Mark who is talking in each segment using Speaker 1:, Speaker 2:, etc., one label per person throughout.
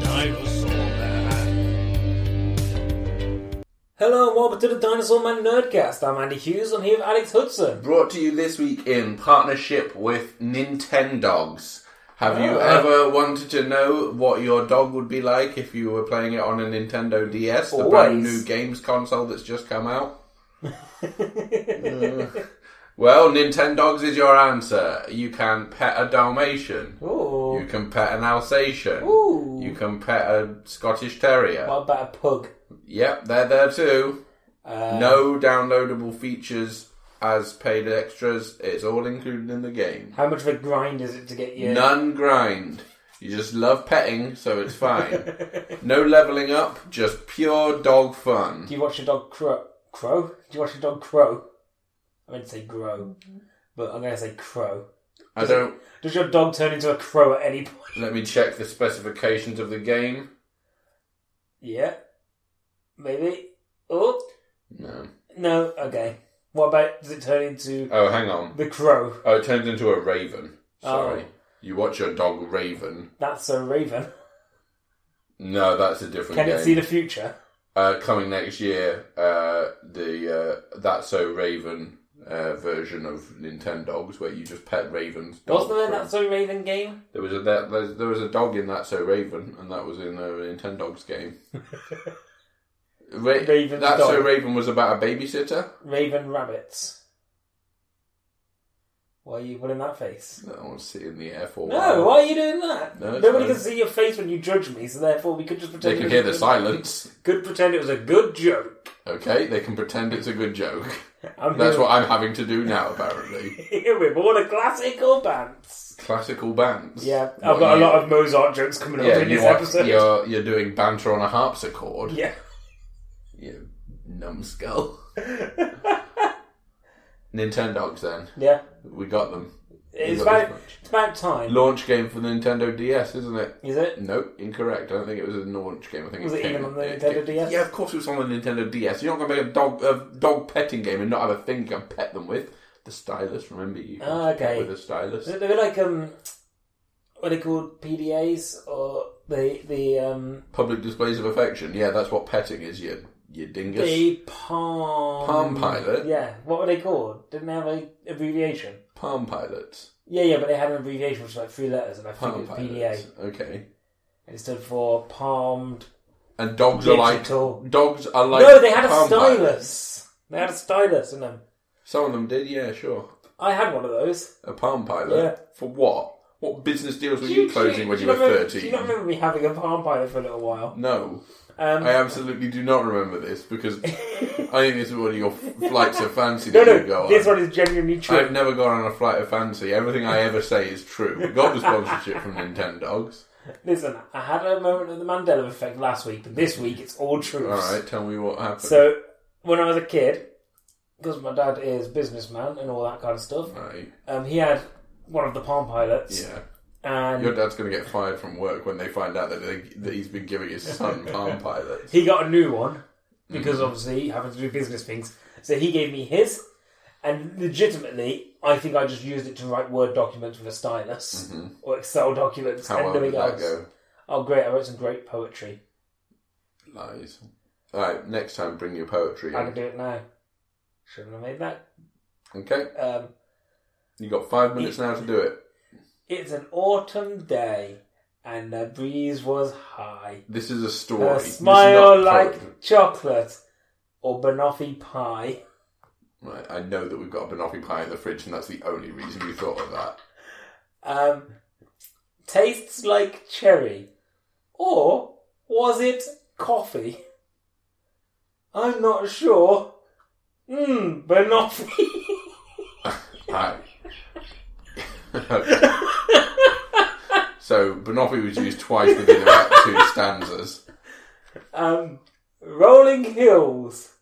Speaker 1: dinosaur man.
Speaker 2: Hello and welcome to the Dinosaur Man Nerdcast. I'm Andy Hughes. I'm here with Alex Hudson.
Speaker 3: Brought to you this week in partnership with Nintendogs. Have you
Speaker 2: Ah.
Speaker 3: ever wanted to know what your dog would be like if you were playing it on a Nintendo DS, the
Speaker 2: Always.
Speaker 3: brand new games console that's just come out? Uh, well, Nintendogs is your answer. You can pet a Dalmatian.
Speaker 2: Ooh.
Speaker 3: You can pet an Alsatian.
Speaker 2: Oh. Ooh.
Speaker 3: You can pet a Scottish Terrier.
Speaker 2: What about a pug?
Speaker 3: Yep, they're there too.
Speaker 2: Uh,
Speaker 3: no downloadable features as paid extras. It's all included in the game.
Speaker 2: How much of a grind is it to get you?
Speaker 3: None grind. You just love petting, so it's fine. no leveling up, just pure dog fun.
Speaker 2: Do you watch your dog crow? Crow? Do you watch your dog crow? I meant to say grow, but I'm going to say crow.
Speaker 3: I don't.
Speaker 2: Does your dog turn into a crow at any point?
Speaker 3: Let me check the specifications of the game.
Speaker 2: Yeah. Maybe. Oh.
Speaker 3: No.
Speaker 2: No. Okay. What about does it turn into
Speaker 3: Oh, hang on.
Speaker 2: the crow?
Speaker 3: Oh, it turns into a raven. Sorry.
Speaker 2: Oh.
Speaker 3: You watch your dog raven.
Speaker 2: That's a raven.
Speaker 3: No, that's a different
Speaker 2: Can
Speaker 3: game.
Speaker 2: it see the future?
Speaker 3: uh, coming next year, uh, the uh, That's So Raven uh, version of Nintendogs, where you just pet ravens.
Speaker 2: Wasn't there
Speaker 3: dogs.
Speaker 2: that so raven game?
Speaker 3: There was a that, there, there was a dog in that so Raven, and that was in a Nintendogs game. Ra-
Speaker 2: Raven's
Speaker 3: that so
Speaker 2: dog.
Speaker 3: Raven was about a babysitter.
Speaker 2: Raven rabbits. Why are you putting that face?
Speaker 3: I want to sit in the air for a
Speaker 2: No,
Speaker 3: while.
Speaker 2: why are you doing that?
Speaker 3: No, it's
Speaker 2: Nobody
Speaker 3: fine.
Speaker 2: can see your face when you judge me, so therefore we could just pretend.
Speaker 3: They
Speaker 2: it
Speaker 3: can
Speaker 2: was
Speaker 3: hear
Speaker 2: a
Speaker 3: the
Speaker 2: good-
Speaker 3: silence.
Speaker 2: Could pretend it was a good joke.
Speaker 3: Okay, they can pretend it's a good joke.
Speaker 2: I'm
Speaker 3: That's
Speaker 2: here,
Speaker 3: what I'm having to do now, apparently.
Speaker 2: here with all the classical bands.
Speaker 3: Classical bands.
Speaker 2: Yeah,
Speaker 3: What
Speaker 2: I've got a
Speaker 3: you-
Speaker 2: lot of Mozart jokes coming up
Speaker 3: Yeah,
Speaker 2: in
Speaker 3: you
Speaker 2: this
Speaker 3: are,
Speaker 2: episode.
Speaker 3: You're, you're doing banter on a harpsichord.
Speaker 2: Yeah.
Speaker 3: You numbskull. Nintendogs, then.
Speaker 2: Yeah.
Speaker 3: We got them. We
Speaker 2: It's
Speaker 3: got this
Speaker 2: about,
Speaker 3: much.
Speaker 2: it's about time.
Speaker 3: launch game for the Nintendo DS, isn't it?
Speaker 2: Is it?
Speaker 3: Nope, incorrect. I don't think it was a launch game. I think
Speaker 2: Was it
Speaker 3: it came
Speaker 2: even on the
Speaker 3: it
Speaker 2: Nintendo
Speaker 3: came-
Speaker 2: DS?
Speaker 3: Yeah, of course it was on the Nintendo DS. You're not going to make a dog a dog petting game and not have a thing you can pet them with. The stylus, remember you? can
Speaker 2: Ah,
Speaker 3: pet
Speaker 2: okay.
Speaker 3: With a stylus.
Speaker 2: Is it a bit like, um, what are they called? PDAs? Or the, the, um,
Speaker 3: Public displays of affection. Yeah, that's what petting is. You you dingus.
Speaker 2: the Palm.
Speaker 3: Palm Pilot?
Speaker 2: Yeah. What were they called? Didn't they have an abbreviation?
Speaker 3: Palm pilots.
Speaker 2: Yeah, yeah, but they had an abbreviation which was like three letters, and I think
Speaker 3: Palm
Speaker 2: it was PDA.
Speaker 3: pilots. Okay.
Speaker 2: It stood for Palmed
Speaker 3: And dogs are like
Speaker 2: Digital.
Speaker 3: dogs are like.
Speaker 2: no, they had a
Speaker 3: palm
Speaker 2: stylus.
Speaker 3: pilots.
Speaker 2: They had a stylus in them.
Speaker 3: Some of them did. Yeah, sure.
Speaker 2: I had one of those.
Speaker 3: A palm pilot
Speaker 2: Yeah.
Speaker 3: for what? What business deals were
Speaker 2: Do
Speaker 3: you closing
Speaker 2: do
Speaker 3: when
Speaker 2: do
Speaker 3: you were
Speaker 2: not remember-
Speaker 3: thirteen?
Speaker 2: Do you not remember me having a Palm Pilot for a little while?
Speaker 3: No,
Speaker 2: Um,
Speaker 3: I absolutely do not remember this because I think this is one of your flights of fancy
Speaker 2: no,
Speaker 3: that you go
Speaker 2: no,
Speaker 3: on.
Speaker 2: this one is genuinely true.
Speaker 3: I've never gone on a flight of fancy. Everything I ever say is true. We got the sponsorship from Nintendogs.
Speaker 2: Listen, I had a moment of the Mandela effect last week, but this week it's all truth.
Speaker 3: All right, tell me what happened.
Speaker 2: So when I was a kid, because my dad is businessman and all that kind of stuff,
Speaker 3: right,
Speaker 2: um, he had one of the Palm Pilots,
Speaker 3: yeah,
Speaker 2: and
Speaker 3: your dad's going to get fired from work when they find out that, they, that he's been giving his son palm pilots.
Speaker 2: he got a new one because
Speaker 3: Mm-hmm.
Speaker 2: obviously having to do business things. So he gave me his, and legitimately, I think I just used it to write Word documents with a stylus or Excel documents
Speaker 3: Mm-hmm. How
Speaker 2: and
Speaker 3: well
Speaker 2: nothing
Speaker 3: did that
Speaker 2: else.
Speaker 3: go?
Speaker 2: Oh, great! I wrote some great poetry.
Speaker 3: Lies. All right, next time bring your poetry.
Speaker 2: I can
Speaker 3: In.
Speaker 2: do it now. Shouldn't have made that.
Speaker 3: Okay,
Speaker 2: Um,
Speaker 3: you got five minutes now to do it.
Speaker 2: it's an autumn day, and the breeze was high.
Speaker 3: This is a story.
Speaker 2: A
Speaker 3: This is
Speaker 2: smile
Speaker 3: not
Speaker 2: like
Speaker 3: poetry.
Speaker 2: chocolate or banoffee pie.
Speaker 3: Right, I know that we've got a banoffee pie in the fridge, and that's the only reason you thought of that.
Speaker 2: Um, tastes like cherry. Or was it coffee? I'm not sure. Mmm, banoffee.
Speaker 3: Right. so banoffee was used twice within about two stanzas.
Speaker 2: um, rolling hills.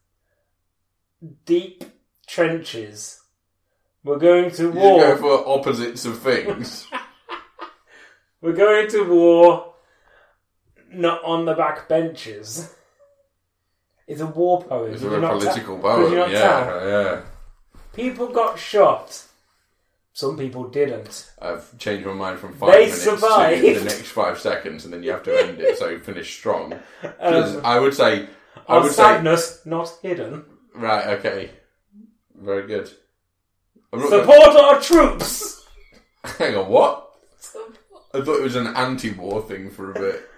Speaker 2: Deep trenches. We're going to
Speaker 3: You
Speaker 2: war.
Speaker 3: go for opposites of things.
Speaker 2: We're going to war, not on the back benches. It's a war poem.
Speaker 3: It's
Speaker 2: Did
Speaker 3: a
Speaker 2: you not
Speaker 3: political
Speaker 2: ta- did
Speaker 3: poem.
Speaker 2: you
Speaker 3: Yeah,
Speaker 2: not tell?
Speaker 3: yeah.
Speaker 2: People got shot. Some people didn't.
Speaker 3: I've changed my mind from five
Speaker 2: They
Speaker 3: minutes
Speaker 2: survived.
Speaker 3: to the next five seconds, and then you have to end it. So finish strong. 'Cause
Speaker 2: Um,
Speaker 3: I would say, I
Speaker 2: Our
Speaker 3: would say,
Speaker 2: sadness not hidden.
Speaker 3: right, okay, very good. I'm not gonna-
Speaker 2: Support our troops.
Speaker 3: hang on, what? I thought it was an anti-war thing for a bit.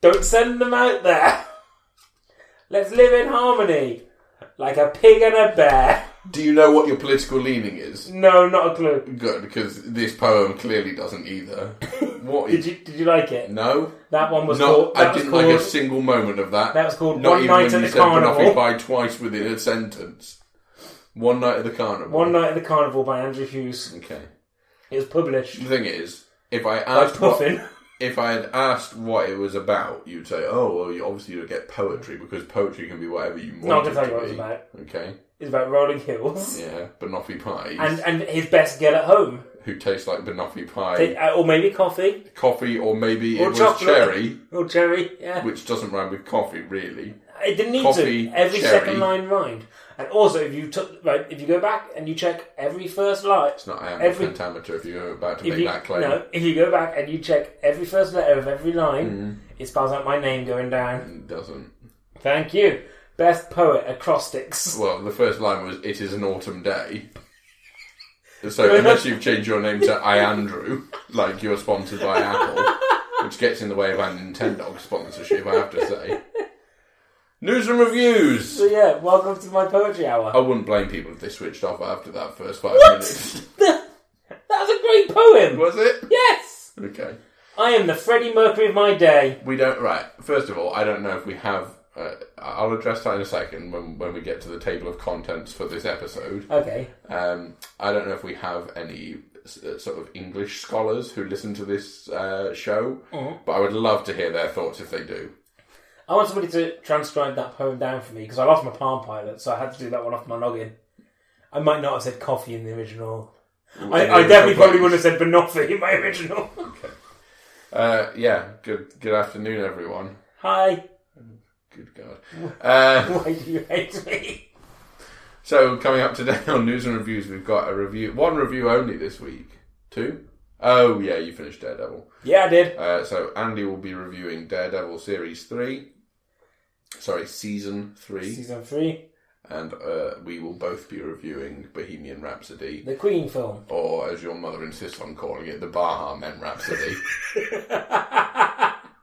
Speaker 2: Don't send them out there. Let's live in harmony, like a pig and a bear.
Speaker 3: Do you know what your political leaning is?
Speaker 2: No, not a clue.
Speaker 3: Good, because this poem clearly doesn't either. What?
Speaker 2: Did you did you like it?
Speaker 3: No,
Speaker 2: That one was
Speaker 3: no,
Speaker 2: called. That
Speaker 3: I
Speaker 2: was
Speaker 3: didn't
Speaker 2: called.
Speaker 3: like a single moment of that.
Speaker 2: that was called
Speaker 3: Not
Speaker 2: One
Speaker 3: even
Speaker 2: Night at
Speaker 3: when you
Speaker 2: the
Speaker 3: said Banoffee
Speaker 2: Carnival.
Speaker 3: by twice within a sentence. One night at the carnival.
Speaker 2: One Night at the Carnival by Andrew Hughes.
Speaker 3: Okay.
Speaker 2: It was published
Speaker 3: The thing is, if I
Speaker 2: by
Speaker 3: asked what,
Speaker 2: Puffin.
Speaker 3: if I had asked what it was about, you'd say, "Oh, well, you obviously you'd get poetry because poetry can be whatever you want."
Speaker 2: No, I can
Speaker 3: it
Speaker 2: tell
Speaker 3: to
Speaker 2: you what it's
Speaker 3: be."
Speaker 2: about.
Speaker 3: Okay.
Speaker 2: It's about rolling hills
Speaker 3: Yeah, banoffee pies
Speaker 2: and and his best get at home,
Speaker 3: who taste like banoffee pie,
Speaker 2: They- uh, or maybe coffee
Speaker 3: coffee, or maybe
Speaker 2: Or
Speaker 3: it was
Speaker 2: chocolate.
Speaker 3: cherry,
Speaker 2: or cherry. Yeah,
Speaker 3: which doesn't rhyme with coffee really.
Speaker 2: it didn't need
Speaker 3: coffee,
Speaker 2: to. Every
Speaker 3: cherry.
Speaker 2: second line rhymed, and also if you took right, if you go back and you check every first line,
Speaker 3: It's not I am
Speaker 2: Every-
Speaker 3: a pentameter. If you're about to
Speaker 2: if
Speaker 3: make
Speaker 2: you
Speaker 3: that claim,
Speaker 2: no, if you go back and you check every first letter of every line,
Speaker 3: Mm-hmm.
Speaker 2: it spells out my name going down.
Speaker 3: it doesn't.
Speaker 2: Thank you, best poet acrostics.
Speaker 3: Well, the first line was "It is an autumn day." So unless you've changed your name to I Andrew, like you're sponsored by Apple, which gets in the way of our Nintendo sponsorship, I have to say. News and reviews.
Speaker 2: So yeah, welcome to my poetry hour.
Speaker 3: I wouldn't blame people if they switched off after that first five minutes.
Speaker 2: That was a great poem.
Speaker 3: Was it?
Speaker 2: Yes,
Speaker 3: Okay.
Speaker 2: I am the Freddie Mercury of my day.
Speaker 3: We don't. Right. First of all, I don't know if we have. Uh, I'll address that in a second when when we get to the table of contents for this episode.
Speaker 2: Okay.
Speaker 3: Um, I don't know if we have any uh, sort of English scholars who listen to this uh, show, but I would love to hear their thoughts if they do.
Speaker 2: I want somebody to transcribe that poem down for me because I lost my Palm Pilot, so I had to do that one off my login. I might not have said coffee in the original. I, I definitely probably would have said banoffee in my original.
Speaker 3: Uh, yeah. Good. Good afternoon, everyone.
Speaker 2: Hi,
Speaker 3: Good God. Uh,
Speaker 2: why do you hate me?
Speaker 3: so coming up today on news and reviews, we've got a review, one review only this week. Two. Oh yeah, you finished Daredevil.
Speaker 2: Yeah, I did.
Speaker 3: Uh, so Andy will be reviewing Daredevil series three. Sorry, season three,
Speaker 2: Season three,
Speaker 3: and uh, we will both be reviewing Bohemian Rhapsody.
Speaker 2: the Queen film.
Speaker 3: or as your mother insists on calling it, the Baha Men Rhapsody.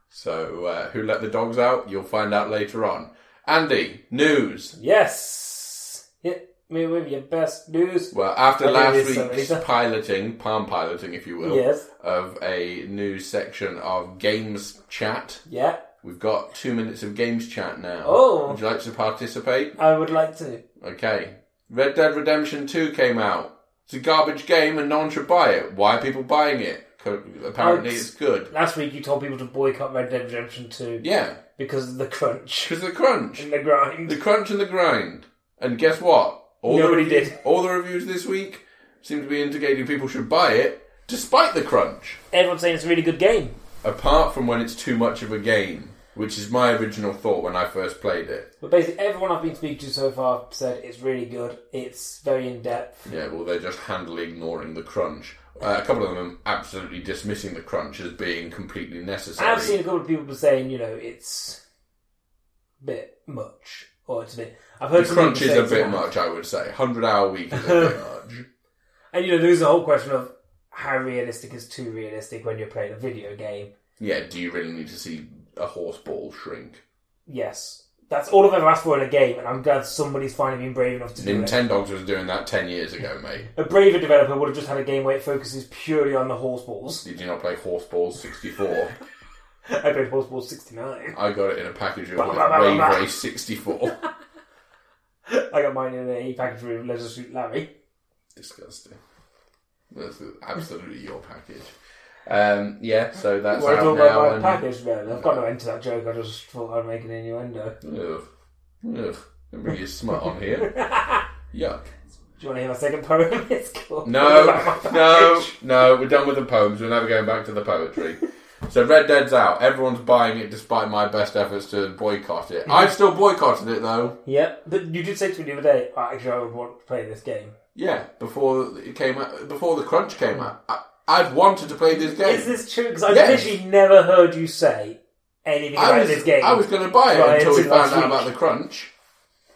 Speaker 3: so, uh, who let the dogs out? You'll find out later on. Andy, news.
Speaker 2: Yes, hit me with your best news.
Speaker 3: Well, after
Speaker 2: I
Speaker 3: last
Speaker 2: think
Speaker 3: week's
Speaker 2: it's, uh,
Speaker 3: piloting, palm piloting, if you will,
Speaker 2: Yes.
Speaker 3: of a news section of games chat,
Speaker 2: Yeah,
Speaker 3: we've got two minutes of games chat now.
Speaker 2: Oh.
Speaker 3: Would you like to participate?
Speaker 2: I would like to.
Speaker 3: Okay. Red Dead Redemption 2 came out. It's a garbage game and no one should buy it. Why are people buying it? Co- Apparently,
Speaker 2: Oh,
Speaker 3: it's good.
Speaker 2: Last week you told people to boycott Red Dead Redemption 2
Speaker 3: Yeah.
Speaker 2: because of the crunch
Speaker 3: Because the crunch.
Speaker 2: and the grind.
Speaker 3: The crunch and the grind. And guess what? All
Speaker 2: Nobody
Speaker 3: the reviews,
Speaker 2: did.
Speaker 3: All the reviews this week seem to be indicating people should buy it despite the crunch.
Speaker 2: Everyone's saying it's a really good game.
Speaker 3: Apart from when it's too much of a game, which is my original thought when I first played it.
Speaker 2: But basically, everyone I've been speaking to so far said it's really good. It's very in depth.
Speaker 3: Yeah, well, they're just handily ignoring the crunch. Uh, a couple of them absolutely dismissing the crunch as being completely necessary.
Speaker 2: I've seen a couple of people saying, you know, it's a bit much, or it's a bit. I've heard
Speaker 3: the
Speaker 2: some
Speaker 3: crunch
Speaker 2: people
Speaker 3: is
Speaker 2: say
Speaker 3: a
Speaker 2: it's
Speaker 3: bit
Speaker 2: not.
Speaker 3: much, I would say. 100 hour week is a bit much.
Speaker 2: And you know, there's a whole question of how realistic is too realistic when you're playing a video game.
Speaker 3: Yeah, do you really need to see a horse ball shrink?
Speaker 2: Yes, that's all I've ever asked for in a game, and I'm glad somebody's finally been brave enough to do it.
Speaker 3: Nintendogs was doing that 10 years ago, mate.
Speaker 2: A braver developer would have just had a game where it focuses purely on the horse balls.
Speaker 3: Did you not play Horseball 64?
Speaker 2: I played horse balls 69.
Speaker 3: I got it in a package of
Speaker 2: Bah, bah, bah, bah, bah.
Speaker 3: Wave Race 64.
Speaker 2: I got mine in a package with Leisure Suit Larry.
Speaker 3: Disgusting. That's absolutely your package. Um, yeah, so that's
Speaker 2: Well, I
Speaker 3: out
Speaker 2: talk
Speaker 3: now.
Speaker 2: about my
Speaker 3: and-
Speaker 2: package, man. I've got no end to that joke. I just thought I'd make an innuendo.
Speaker 3: Ugh. Ugh. Don't bring your smut on here. Yuck.
Speaker 2: Do you want to hear my second poem? It's called
Speaker 3: No,
Speaker 2: About My Package.
Speaker 3: no, no, we're done with the poems. We're never going back to the poetry. So Red Dead's out. Everyone's buying it despite my best efforts to boycott it. I've still boycotted it though.
Speaker 2: Yep, but you did say to me the other day, "Oh, actually, I would want to play this game.
Speaker 3: Yeah, before it came out, before the crunch came out, I, I'd wanted to play this game.
Speaker 2: Is this true? Because I've
Speaker 3: Yes.
Speaker 2: literally never heard you say anything
Speaker 3: I
Speaker 2: about
Speaker 3: was,
Speaker 2: this game.
Speaker 3: I was going to buy it
Speaker 2: Right,
Speaker 3: until we
Speaker 2: until last
Speaker 3: found out
Speaker 2: week.
Speaker 3: about the crunch.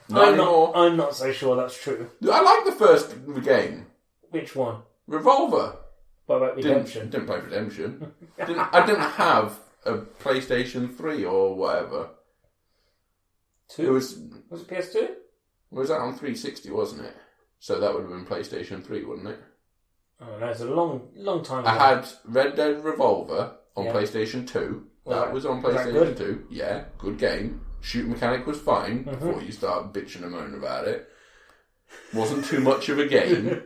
Speaker 3: Not
Speaker 2: I'm
Speaker 3: anymore.
Speaker 2: not, I'm not so sure that's true.
Speaker 3: I like the first game,
Speaker 2: Which one?
Speaker 3: Revolver.
Speaker 2: What about
Speaker 3: Didn't,
Speaker 2: Redemption?
Speaker 3: didn't play Redemption. didn't, I didn't have a PlayStation Three or whatever. It
Speaker 2: Two? Was,
Speaker 3: was
Speaker 2: it PS2?
Speaker 3: was that on 360, wasn't it? So that would have been PlayStation Three, wouldn't it?
Speaker 2: Oh, no, it's a long, long time ago.
Speaker 3: I had Red Dead Revolver on
Speaker 2: Yeah.
Speaker 3: PlayStation 2.
Speaker 2: Was
Speaker 3: that
Speaker 2: that-
Speaker 3: was on
Speaker 2: was that
Speaker 3: PlayStation
Speaker 2: good?
Speaker 3: 2. Yeah, good game. Shoot mechanic was fine
Speaker 2: Mm-hmm.
Speaker 3: before you start bitching and moaning about it. Wasn't too much of a game.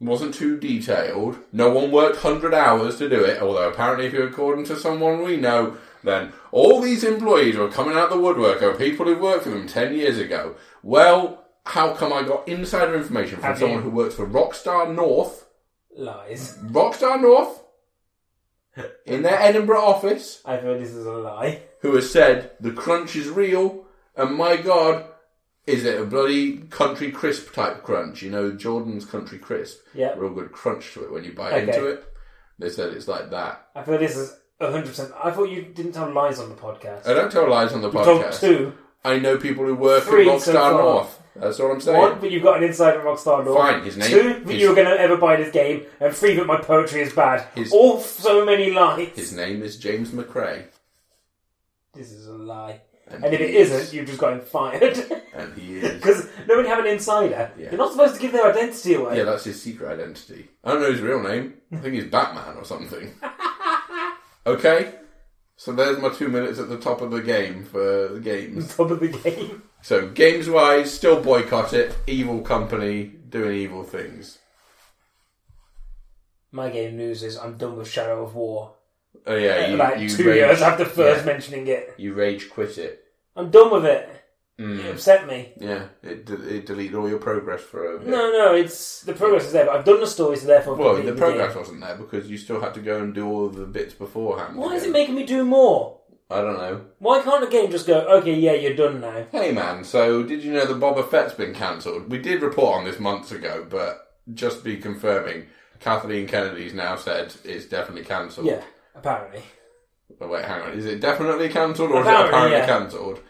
Speaker 3: Wasn't too detailed. No one worked 100 hours to do it, although apparently, if you're according to someone we know, then all these employees were coming out the woodwork of people who worked for them 10 years ago. Well, how come I got insider information from
Speaker 2: Have
Speaker 3: someone
Speaker 2: you-
Speaker 3: who works for Rockstar North?
Speaker 2: Lies.
Speaker 3: Rockstar North in their Edinburgh office
Speaker 2: I've heard this is a lie.
Speaker 3: who has said the crunch is real and my god is it a bloody country crisp type crunch you know Jordan's country crisp
Speaker 2: Yeah.
Speaker 3: real good crunch to it when you bite
Speaker 2: Okay.
Speaker 3: into it they said it's like that
Speaker 2: I've heard this is 100%. I thought you didn't tell lies on the podcast.
Speaker 3: I don't tell lies on the
Speaker 2: You told
Speaker 3: podcast
Speaker 2: two.
Speaker 3: I know people who work
Speaker 2: Three
Speaker 3: at Rockstar
Speaker 2: so far.
Speaker 3: North that's what I'm saying
Speaker 2: One, but you've got an insider in Rockstar Law.
Speaker 3: Fine, his name-
Speaker 2: Two, that
Speaker 3: his-
Speaker 2: you were going to ever buy this game. And three, that my poetry is bad.
Speaker 3: His-
Speaker 2: All so many lies.
Speaker 3: his name is James McRae
Speaker 2: This is a lie.
Speaker 3: and,
Speaker 2: And if
Speaker 3: he
Speaker 2: it
Speaker 3: is-
Speaker 2: isn't, you've just gotten fired.
Speaker 3: and he is
Speaker 2: Because no one have an insider.
Speaker 3: Yeah.
Speaker 2: You're not supposed to give their identity away.
Speaker 3: yeah that's his secret identity I don't know his real name I think he's Batman or something Okay, so there's my two minutes at the top of the game for the games.
Speaker 2: Top of the game.
Speaker 3: So games wise, still boycott it. Evil company doing evil things.
Speaker 2: My game news is I'm done with Shadow of War.
Speaker 3: Oh yeah, you,
Speaker 2: About
Speaker 3: you
Speaker 2: Uh, two
Speaker 3: rage,
Speaker 2: years after first
Speaker 3: yeah,
Speaker 2: mentioning it.
Speaker 3: you rage quit it.
Speaker 2: I'm done with it. It
Speaker 3: Mm.
Speaker 2: upset me.
Speaker 3: Yeah, it, de- it deleted all your progress for a bit.
Speaker 2: No, no, it's the progress is there, but I've done the story, so therefore. I've
Speaker 3: Well, the
Speaker 2: completed
Speaker 3: progress
Speaker 2: game.
Speaker 3: wasn't there because you still had to go and do all the bits beforehand.
Speaker 2: Why is it
Speaker 3: again.
Speaker 2: making me do more?
Speaker 3: I don't know.
Speaker 2: Why can't a game just go, okay, yeah, you're done now?
Speaker 3: Hey man, so did you know the Boba Fett's been cancelled? We did report on this months ago, but just to be confirming, Kathleen Kennedy's now said it's definitely cancelled.
Speaker 2: Yeah, apparently.
Speaker 3: Oh, wait, hang on. Is it definitely cancelled or is it
Speaker 2: Apparently,
Speaker 3: apparently
Speaker 2: yeah.
Speaker 3: cancelled?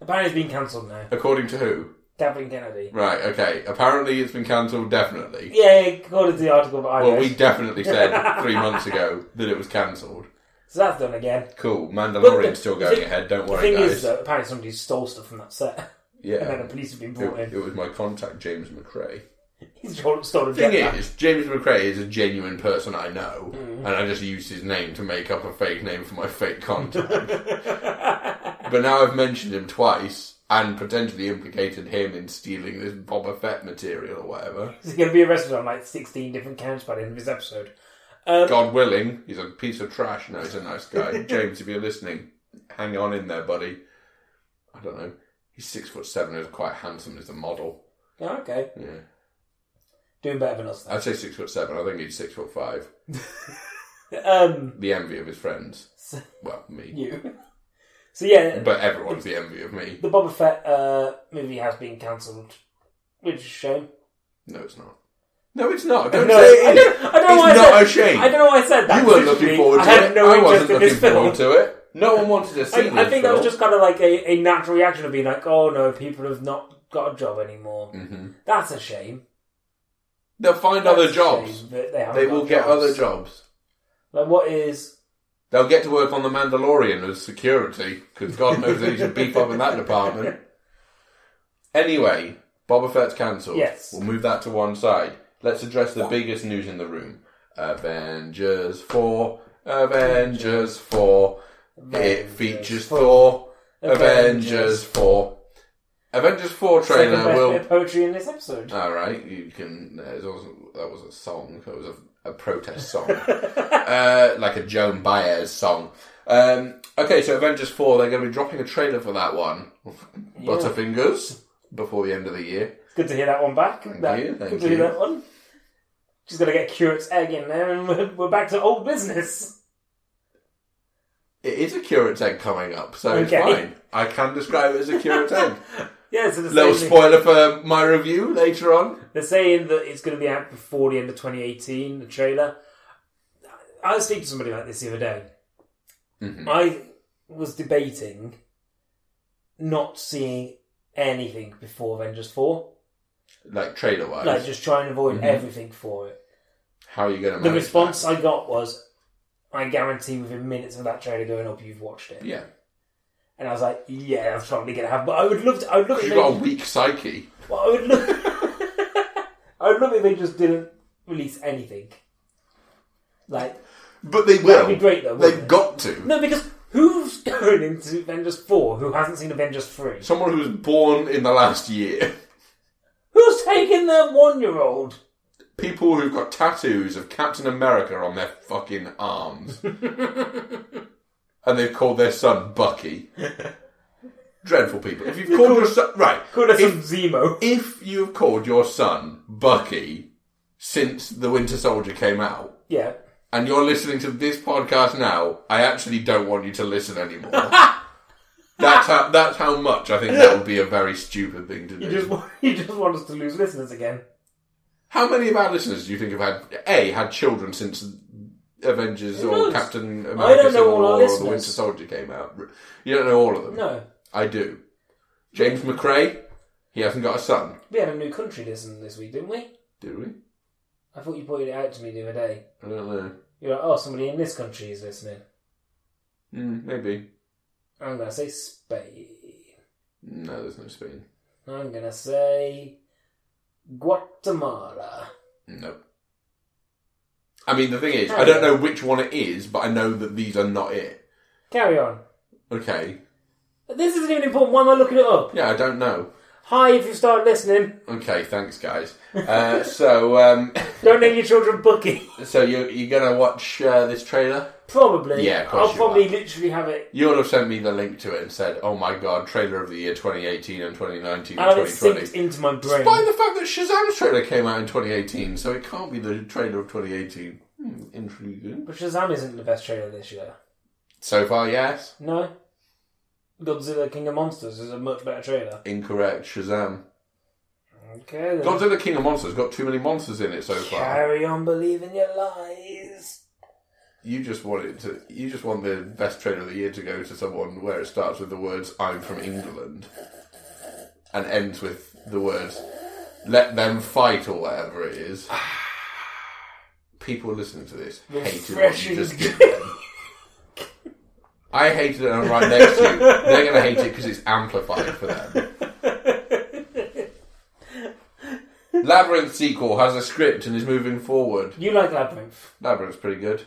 Speaker 2: Apparently, it's been cancelled now.
Speaker 3: According to who?
Speaker 2: Kathleen Kennedy.
Speaker 3: Right, okay. Apparently it's been cancelled, definitely.
Speaker 2: Yeah, according to the article that I
Speaker 3: Well,
Speaker 2: read.
Speaker 3: we definitely said three months ago that it was cancelled.
Speaker 2: So that's done again.
Speaker 3: Cool.
Speaker 2: But the-
Speaker 3: Mandalorian's still
Speaker 2: the
Speaker 3: going
Speaker 2: thing-
Speaker 3: ahead, don't
Speaker 2: The
Speaker 3: worry,
Speaker 2: thing
Speaker 3: guys.
Speaker 2: is, though, apparently somebody stole stuff from that set, and then
Speaker 3: yeah.
Speaker 2: the police have been brought
Speaker 3: It,
Speaker 2: in.
Speaker 3: it was my contact, James McRae.
Speaker 2: He's stole stole a
Speaker 3: thing
Speaker 2: jetpack.
Speaker 3: is, James McRae is a genuine person I know,
Speaker 2: Mm.
Speaker 3: and I just used his name to make up a fake name for my fake contact. but now I've mentioned him twice and potentially implicated him in stealing this Boba Fett material or whatever.
Speaker 2: He's going to be arrested on like 16 different counts by the end of this episode. Um,
Speaker 3: God willing, he's a piece of trash. No, he's a nice guy. James, if you're listening, hang on in there, buddy. I don't know. He's six foot seven and is quite handsome as a model.
Speaker 2: oh, okay.
Speaker 3: Yeah.
Speaker 2: Doing better than us,
Speaker 3: I'd say six foot seven. I think he's six foot five.
Speaker 2: then. Um,
Speaker 3: The envy of his friends. Well, me.
Speaker 2: you. So, yeah,
Speaker 3: But everyone's the envy of me.
Speaker 2: the Boba Fett uh, movie has been cancelled, which is a shame.
Speaker 3: No, it's not. No, it's not. Don't
Speaker 2: No,
Speaker 3: say
Speaker 2: I
Speaker 3: it is.
Speaker 2: don't, I don't know
Speaker 3: It's
Speaker 2: why I
Speaker 3: not
Speaker 2: said,
Speaker 3: a shame.
Speaker 2: I don't know why I said that.
Speaker 3: You weren't looking
Speaker 2: Literally,
Speaker 3: forward to
Speaker 2: I had
Speaker 3: it.
Speaker 2: no
Speaker 3: I
Speaker 2: interest
Speaker 3: wasn't
Speaker 2: in
Speaker 3: looking
Speaker 2: this film.
Speaker 3: forward to it. No one wanted to see
Speaker 2: I,
Speaker 3: this
Speaker 2: I think that
Speaker 3: film.
Speaker 2: was just kind of like a, a natural reaction of being like, oh no, people have not got a job anymore.
Speaker 3: Mhm.
Speaker 2: That's a shame.
Speaker 3: They'll find
Speaker 2: That's
Speaker 3: other
Speaker 2: a
Speaker 3: jobs.
Speaker 2: shame that They, haven't
Speaker 3: They
Speaker 2: got
Speaker 3: will get
Speaker 2: jobs.
Speaker 3: other jobs.
Speaker 2: Like, what is.
Speaker 3: They'll get to work on the Mandalorian as security, because God knows they need to beef up in that department. Anyway, Boba Fett's cancelled.
Speaker 2: Yes.
Speaker 3: We'll move that to one side. Let's address the biggest news in the room Avengers 4. Avengers 4. It
Speaker 2: Avengers
Speaker 3: features
Speaker 2: 4.
Speaker 3: Thor. Avengers
Speaker 2: Avengers.
Speaker 3: 4. Avengers 4
Speaker 2: Second
Speaker 3: trailer
Speaker 2: best bit
Speaker 3: will.
Speaker 2: of poetry in this episode.
Speaker 3: All right, you can. That was, that was a song. That was a, a protest song, uh, like a Joan Baez song. Um, okay, so Avengers Four. They're going to be dropping a trailer for that one. Butterfingers before the end of the year.
Speaker 2: It's good to hear that one back. Thank
Speaker 3: you, thank
Speaker 2: good to hear
Speaker 3: you.
Speaker 2: that one. Just gonna get curate's egg in there, and we're, we're back to old business.
Speaker 3: It is a curate's egg coming up, so it's
Speaker 2: Okay.
Speaker 3: fine. I can describe it as a curate's egg.
Speaker 2: Yeah, so they're
Speaker 3: Little
Speaker 2: saying,
Speaker 3: spoiler for my review later on.
Speaker 2: they're saying that it's going to be out before the end of 2018, the trailer. I was speaking to somebody like this the other day.
Speaker 3: Mm-hmm.
Speaker 2: I was debating not seeing anything before Avengers 4.
Speaker 3: Like trailer wise,
Speaker 2: Like, just try and avoid
Speaker 3: Mm-hmm.
Speaker 2: everything for it.
Speaker 3: how are you going to?
Speaker 2: The response I got was, I guarantee within minutes of that trailer going up, you've watched it.
Speaker 3: Yeah,
Speaker 2: And I was like, yeah, that's probably going to happen. But I would love to. I would love
Speaker 3: 'Cause
Speaker 2: to.
Speaker 3: you've got a weak psyche.
Speaker 2: Well, I would love. I would love if they just didn't release anything. Like
Speaker 3: But they will.
Speaker 2: That'd be great though, wouldn't
Speaker 3: They've
Speaker 2: it?
Speaker 3: got to.
Speaker 2: no, because who's going into Avengers four who hasn't seen Avengers three?
Speaker 3: Someone who was born in the last year.
Speaker 2: Who's taking their one year old?
Speaker 3: People who've got tattoos of Captain America on their fucking arms. and they've called their son Bucky. Dreadful people. If you've called your son. Right.
Speaker 2: Call us
Speaker 3: If-
Speaker 2: some Zemo.
Speaker 3: If you've called your son Bucky since The Winter Soldier came out,
Speaker 2: Yeah.
Speaker 3: and you're listening to this podcast now, I actually don't want you to listen anymore. that's how that's how much I think that would be a very stupid thing to do.
Speaker 2: You just want, you just want us to lose listeners again.
Speaker 3: How many of our listeners do you think have had a had children since Avengers
Speaker 2: Who
Speaker 3: or
Speaker 2: knows?
Speaker 3: Captain America:
Speaker 2: don't know
Speaker 3: Civil
Speaker 2: all our
Speaker 3: War or The
Speaker 2: listeners.
Speaker 3: Winter Soldier came out? You don't know all of them.
Speaker 2: No,
Speaker 3: I do. James McRae, he hasn't got a son,
Speaker 2: we had a new country listen this week, didn't we?
Speaker 3: did we?
Speaker 2: I thought you pointed it out to me the other day.
Speaker 3: I don't know.
Speaker 2: You're like, oh, somebody in this country is listening.
Speaker 3: Mm, maybe.
Speaker 2: I'm gonna say Spain.
Speaker 3: No, there's no Spain.
Speaker 2: I'm gonna say Guatemala.
Speaker 3: No. I mean, the thing is, I don't know which one it is, but I know that these are not it.
Speaker 2: Carry on.
Speaker 3: Okay.
Speaker 2: This isn't even important. Why am I looking it up?
Speaker 3: Yeah, I don't know.
Speaker 2: Hi, if you start listening,
Speaker 3: Okay, thanks, guys. Uh, so, um,
Speaker 2: don't name your children Bucky.
Speaker 3: so you, you're gonna watch uh, this trailer?
Speaker 2: Probably.
Speaker 3: Yeah, of course
Speaker 2: I'll
Speaker 3: you
Speaker 2: probably
Speaker 3: are.
Speaker 2: literally have it.
Speaker 3: You'll have sent me the link to it and said, "Oh my god, trailer of the year 2018 and 2019
Speaker 2: I'll
Speaker 3: and
Speaker 2: have it synced
Speaker 3: 2020."
Speaker 2: into my brain.
Speaker 3: By the fact that Shazam's trailer came out in 2018, so it can't be the trailer of 2018. Hmm, intriguing.
Speaker 2: But Shazam isn't the best trailer this year.
Speaker 3: So far, yes.
Speaker 2: No. Godzilla King of Monsters is a much better trailer.
Speaker 3: Incorrect. Shazam.
Speaker 2: Okay then.
Speaker 3: Godzilla King of Monsters got too many monsters in it so far.
Speaker 2: Carry on believing your lies.
Speaker 3: You just want it to. You just want the best trailer of the year to go to someone where it starts with the words "I'm from England" and ends with the words "Let them fight" or whatever it is. People listening to this hated what you
Speaker 2: Refreshing.
Speaker 3: just did. I hated it. and I'm right next to you. They're going to hate it because it's amplified for them. Labyrinth sequel has a script and is moving forward.
Speaker 2: You like Labyrinth.
Speaker 3: Labyrinth's pretty good.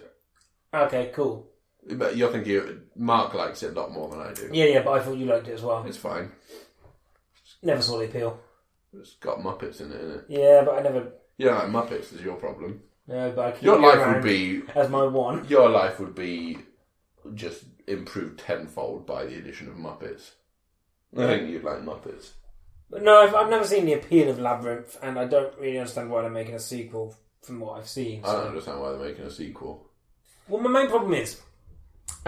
Speaker 2: Okay, cool.
Speaker 3: But you're thinking Mark likes it a lot more than I do.
Speaker 2: Yeah, yeah, but I thought you liked it as well.
Speaker 3: It's fine.
Speaker 2: Never saw the appeal.
Speaker 3: It's got Muppets in it, isn't it?
Speaker 2: Yeah, but I never.
Speaker 3: You don't like Muppets is your problem.
Speaker 2: No, but I keep
Speaker 3: Your
Speaker 2: it
Speaker 3: life
Speaker 2: around
Speaker 3: would be
Speaker 2: as my one.
Speaker 3: your life would be just improved tenfold by the addition of Muppets. I think you'd like Muppets.
Speaker 2: But no, I've, I've never seen the appeal of Labyrinth, and I don't really understand why they're making a sequel from what I've seen.
Speaker 3: I
Speaker 2: so-
Speaker 3: don't understand why they're making a sequel.
Speaker 2: Well, my main problem is,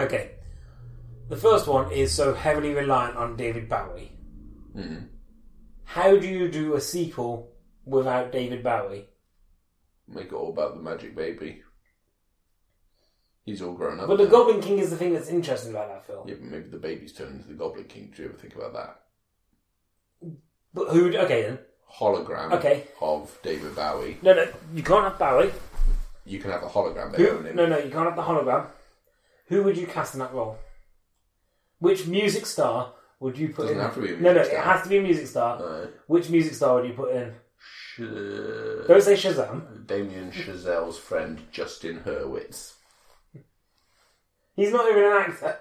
Speaker 2: okay, the first one is so heavily reliant on David Bowie.
Speaker 3: Mhm.
Speaker 2: How do you do a sequel without David Bowie?
Speaker 3: Make it all about the magic baby. He's all grown up.
Speaker 2: But the
Speaker 3: now.
Speaker 2: Goblin King is the thing that's interesting about that film.
Speaker 3: yeah, but maybe the baby's turned into the Goblin King. Do you ever think about that?
Speaker 2: But who? Okay, then.
Speaker 3: Hologram
Speaker 2: Okay.
Speaker 3: of David Bowie.
Speaker 2: No, no, you can't have Bowie.
Speaker 3: You can have a hologram. They
Speaker 2: Who,
Speaker 3: own him.
Speaker 2: no, no, you can't have the hologram. Who would you cast in that role? Which music star would you put
Speaker 3: Doesn't
Speaker 2: in?
Speaker 3: have to be
Speaker 2: no,
Speaker 3: a
Speaker 2: no,
Speaker 3: music
Speaker 2: it
Speaker 3: star.
Speaker 2: has to be a music star.
Speaker 3: No.
Speaker 2: Which music star would you put in?
Speaker 3: Sh-
Speaker 2: Don't say Shazam.
Speaker 3: Damien Chazelle's friend Justin Hurwitz.
Speaker 2: He's not even an actor.